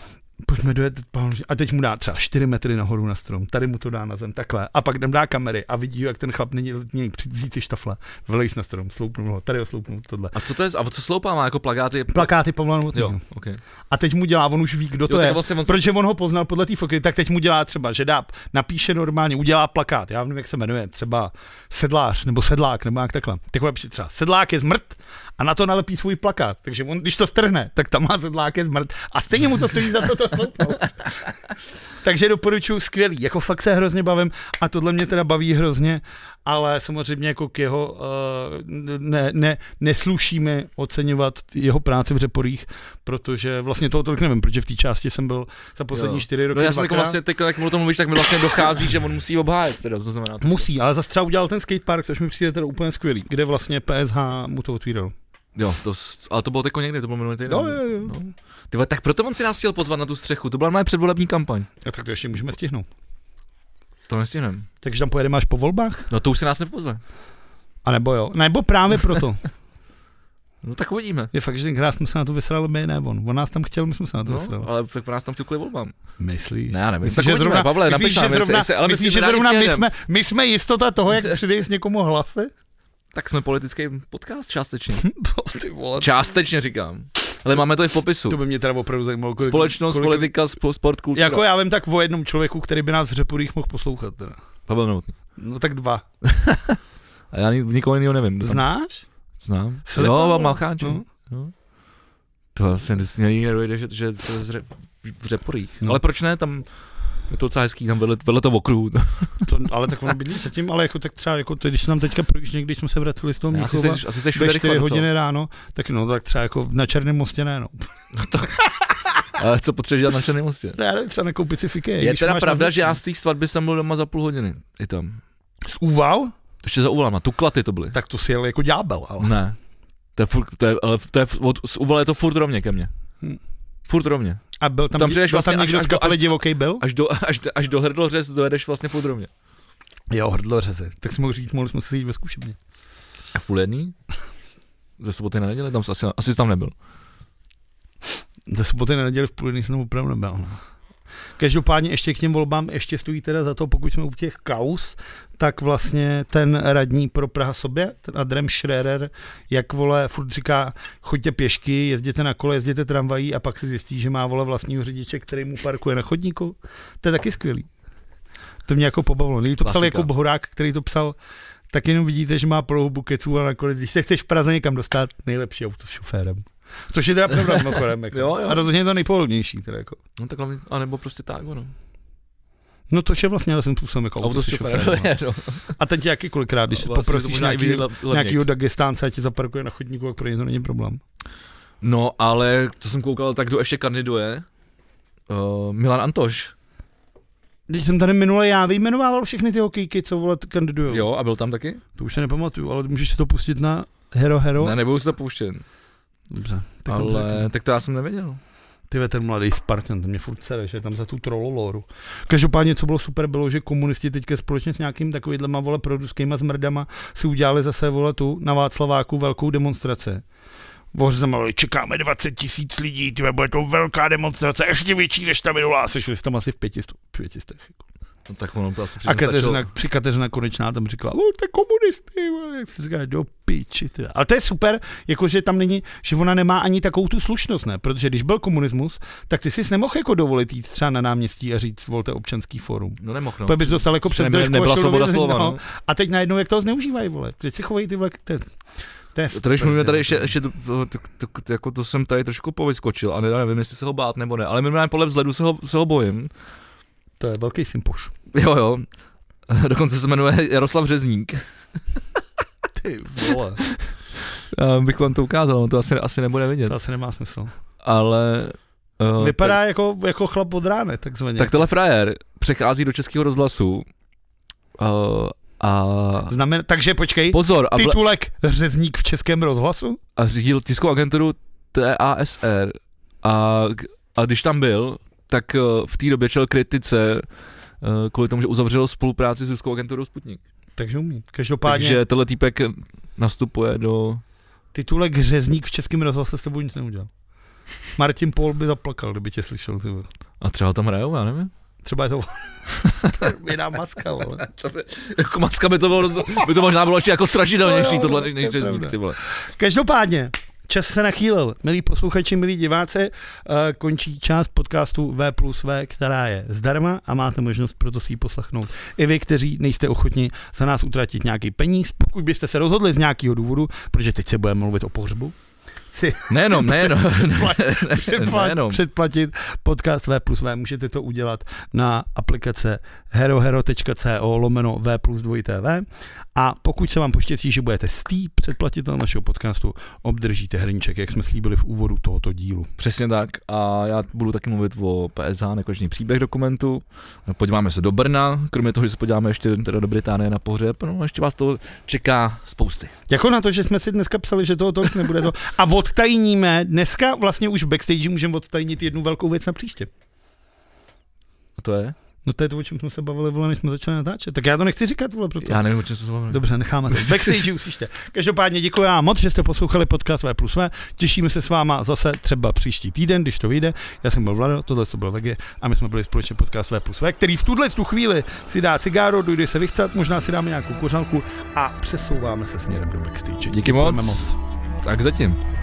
A: Pojďme dojet, pán- a teď mu dá třeba 4 metry nahoru na strom, tady mu to dá na zem, takhle. A pak tam dá kamery a vidí, jak ten chlap není letní, vzít si štafle, vylejz na strom, sloupnul ho, tady ho sloupnul, tohle.
B: A co to je, a co sloupá má jako plakáty?
A: Plakáty Pavla Novotného.
B: Jo, ok.
A: A teď mu dělá, on už ví, kdo no. to
B: tak
A: je.
B: vlastně on-
A: Protože on ho poznal podle té fotky, tak teď mu dělá třeba, že dá, napíše normálně, udělá plakát, já nevím, jak se jmenuje, třeba sedlář nebo sedlák, nebo jak takhle. Tak napíše třeba, sedlák je zmrt a na to nalepí svůj plakát. Takže on, když to strhne, tak tam má sedlák je zmrt a stejně mu to stojí za to to sloupnout. Takže doporučuji skvělý, jako fakt se hrozně bavím a tohle mě teda baví hrozně, ale samozřejmě jako k jeho, uh, ne, ne, nesluší mi oceňovat jeho práci v Řeporích, protože vlastně toho tolik nevím, protože v té části jsem byl za poslední
B: Jo.
A: čtyři roky
B: No já jsem jako
A: dvakrát.
B: vlastně, teď, jak mu o tom mluvíš, tak mi vlastně dochází, že on musí obhájet, teda, to znamená.
A: Musí, ale zase třeba udělal ten skatepark, což mi přijde teda úplně skvělý, kde vlastně PSH mu to otvíralo.
B: Jo, to, s- ale to bylo jako někdy, to bylo minulý týden.
A: Jo, jo, jo.
B: No. Ty vole, tak proto on si nás chtěl pozvat na tu střechu, to byla moje předvolební kampaň.
A: A tak to ještě můžeme stihnout.
B: To nestihneme.
A: Takže tam pojedeme až po volbách?
B: No to už se nás nepozve.
A: A nebo jo? Nebo právě proto.
B: No tak uvidíme.
A: Je fakt, že tenkrát jsme se na to vysrali my, ne on. On nás tam chtěl, my jsme se na to
B: No,
A: vysrali.
B: ale tak pro nás tam chtěl kvůli volbám.
A: Myslíš?
B: Ne, já nevím.
A: Myslíš,
B: Tak
A: že
B: uvidíme,
A: zrovna,
B: Pavle,
A: myslíš,
B: napiš
A: že
B: nám, jestli-
A: zrovna,
B: jestli- ale
A: myslíš,
B: myslím,
A: že
B: že rádi
A: zrovna my,
B: přijedem.
A: jsme, my jsme jistota toho, jak přidejš někomu hlasy?
B: Tak jsme politický podcast částečně.
A: Ty vole.
B: Částečně říkám. Ale máme to i v popisu.
A: To by mě teda opravdu zajímalo. Kolik,
B: Společnost, politika, spo- sport, kultura.
A: Jako já vím tak o jednom člověku, který by nás v Řepurích mohl poslouchat. Teda.
B: Pavel Novotný.
A: No tak dva.
B: A já ni- nikoho jiného nevím. kdo tam-
A: Znáš?
B: Znám.
A: Filipa,
B: jo,
A: no.
B: mám Malcháče.
A: No.
B: No. No. To vlastně nic mě nikdy nedojde, že, že to je z Ře- v Řeporích.
A: No.
B: No. Ale proč ne, tam je to docela hezký, tam vedle, vedle toho okruhu.
A: No, To, ale tak ono bydlí se tím, ale jako tak třeba, jako to, když jsem tam teďka projížděl, když jsme se vraceli z toho
B: asi
A: Mnichova,
B: se, asi se
A: ve
B: všude
A: 4
B: rychle,
A: hodiny ráno, tak no tak třeba jako na Černém mostě ne, no.
B: Co? Ale co potřebuješ dělat na černém mostě?
A: Já nevím, třeba nekoupit si fiky.
B: Je
A: když
B: teda
A: máš
B: pravda,
A: na-
B: že já z té svatby jsem byl doma za půl hodiny. I tam.
A: Z úval?
B: Ještě za uvalama, tuklaty to byly.
A: Tak to si jel jako ďábel, ale.
B: Ne. To je furt, to je, ale to je, od, z Uvala je to furt rovně ke mně.
A: Hm.
B: Furt rovně.
A: A byl tam,
B: Tam
A: byl
B: přijdeš vlastně
A: tam
B: až-
A: někdo
B: až
A: z
B: do-
A: kapely
B: až-
A: divoký byl?
B: Až do, až, do- až do hrdlořez dojedeš vlastně furt rovně.
A: Jo, hrdlořeze. Tak si mohl říct, mohli jsme se jít ve zkušebně.
B: A v půl jedný? Ze soboty na neděli? Tam jsi asi, asi jsi tam nebyl.
A: Ze soboty na neděli v půl jedný jsem opravdu nebyl. no. Každopádně ještě k těm volbám, ještě stojí teda za to, pokud jsme u těch kaus, tak vlastně ten radní pro Praha sobě, ten Adrem Schrerer, jak vole, furt říká, choďte pěšky, jezděte na kole, jezděte tramvají a pak se zjistí, že má vole vlastního řidiče, který mu parkuje na chodníku. To je taky skvělý. To mě jako pobavilo. Nyní to psal
B: Klasika.
A: jako Horák, který to psal, tak jenom vidíte, že má prohubu keců a nakonec, když se chceš v Praze někam dostat, nejlepší auto s šoférem. Což je teda pravda mimochodem. Jako.
B: Jo, jo.
A: A rozhodně je to nejpohodlnější. Teda jako.
B: No tak hlavně, anebo prostě tak, no.
A: No to je vlastně ale jsem způsobem jako auto,
B: Auto
A: s šoférem. no.
B: no.
A: A teď jaký kolikrát, když si
B: Vlastně to
A: poprosíš
B: možná i
A: nějaký,
B: vyjde le-
A: nějakýho
B: levnějc.
A: Dagestánce a ti zaparkuje na chodníku, tak pro ně to není problém.
B: No, ale co jsem koukal, tak kdo ještě kandiduje? Uh, Milan Antoš.
A: Když jsem tady minule já vyjmenovával všechny ty hokejky, co vole
B: Jo.
A: kandidují.
B: a byl tam taky?
A: To už se nepamatuju, ale můžeš si to pustit na Hero Hero.
B: Ne, nebudu se to pouštět.
A: Dobře. Tak to řekni.
B: Ale tak to já jsem nevěděl.
A: Ty ve, ten mladý Spartan, ten mě furt sere, že je tam za tu trololoru. Každopádně, co bylo super, bylo, že komunisti teďka společně s nějakým takovýhlema vole produskýma zmrdama si udělali zase vole tu na Václaváku velkou demonstraci. Vořzamali, čekáme 20 tisíc lidí, tyhle, bude to velká demonstrace, ještě větší než ta minulá, sešli jsme tam asi v pětistu, v pětistech.
B: No tak ono to asi
A: A
B: předtím
A: Kateřina,
B: stačilo.
A: při Kateřina Konečná tam říkala, o, to je komunisty, vole, jak se říká, do piči. Teda. Ale to je super, jakože tam není, že ona nemá ani takovou tu slušnost, ne? Protože když byl komunismus, tak ty si nemohl jako dovolit jít třeba na náměstí a říct, volte občanský fórum.
B: No nemohl, no.
A: No, bys dostal jako před
B: Ne, ne, nebyla svoboda slova, no.
A: A teď najednou, jak toho zneužívají, vole. Teď si chovají ty vole, to je- to je
B: Tady už
A: super,
B: mluvíme tady
A: jo.
B: ještě, ještě to, to, to, to, jako to jsem tady trošku povyskočil a ne- nevím, jestli se ho bát nebo ne, ale minimálně podle vzhledu se ho, se ho bojím.
A: To je velký sympoš.
B: Jo, jo. Dokonce se jmenuje Jaroslav Řezník.
A: Ty vole.
B: Já Eh, bych vám to ukázal, on to asi, asi nebude vidět.
A: To asi nemá smysl.
B: Ale... Uh,
A: Vypadá jako, jako chlap od ráne, takzvaně.
B: Tak, tak
A: Tak
B: tohle frajer přechází do českého rozhlasu uh, a...
A: Znamen, takže počkej,
B: Pozor, a, vle,
A: titulek Řezník v Českém rozhlasu?
B: a řídil tiskovou agenturu TASR A, a když tam byl, tak eh, v té době čel kritice eh, kvůli tomu, že uzavřel spolupráci s ruskou agenturou Sputnik.
A: Takže umí. Každopádně
B: Takže tenhle týpek nastupuje do...
A: titulek Řezník v českém rozhlase s tebou nic neudělal. Martin Paul by zaplakal, kdyby tě slyšel. Ty. vole.
B: A třeba ho tam hrajou, já nevím.
A: Třeba je to jiná maska, ale.
B: To by, jako macka by to bylo, roz... by to možná bylo ještě jako strašidelnější
A: To jo,
B: tohle, než, než
A: No, to je
B: řezník,
A: pravda.
B: ty vole.
A: Každopádně, čas se nachýlil. Milí posluchači, milí diváci, eh, končí část podcastu V plus V, která je zdarma a máte možnost proto si ji poslechnout. I vy, kteří nejste ochotni za nás utratit nějaký peníz, pokud byste se rozhodli z nějakého důvodu, protože teď se budeme mluvit o pohřbu, si
B: Nejenom, nejenom.
A: předplat,
B: Nejenom.
A: předplatit podcast V plus V. Můžete to udělat na aplikace herohero.co lomeno V plus 2 TV a pokud se vám poštěstí, že budete stý předplatitel našeho podcastu, obdržíte hrníček, jak jsme slíbili v úvodu tohoto dílu.
B: Přesně tak. A já budu taky mluvit o PSH, nekonečný příběh dokumentu. Podíváme se do Brna, kromě toho, že se podíváme ještě teda do Británie na pohřeb. No, ještě vás to čeká spousty.
A: Jako na to, že jsme si dneska psali, že toho tolik nebude to. A odtajníme, dneska vlastně už v backstage můžeme odtajnit jednu velkou věc na příště.
B: A to je?
A: No to je to, o čem jsme se bavili, vole, než jsme začali natáčet. Tak já to nechci říkat, vole, proto.
B: Já nevím, o čem se bavíme.
A: Dobře, necháme to. Backstage uslyšte. Každopádně děkuji vám moc, že jste poslouchali podcast V plus V. Těšíme se s váma zase třeba příští týden, když to vyjde. Já jsem byl Vlado, tohle to byl VG a my jsme byli společně podcast V plus V, který v tuhle tu chvíli si dá cigáro, dojde se vychcat, možná si dáme nějakou kořálku a přesouváme se směrem do backstage.
B: Díky
A: Děkujeme
B: moc. Tak zatím.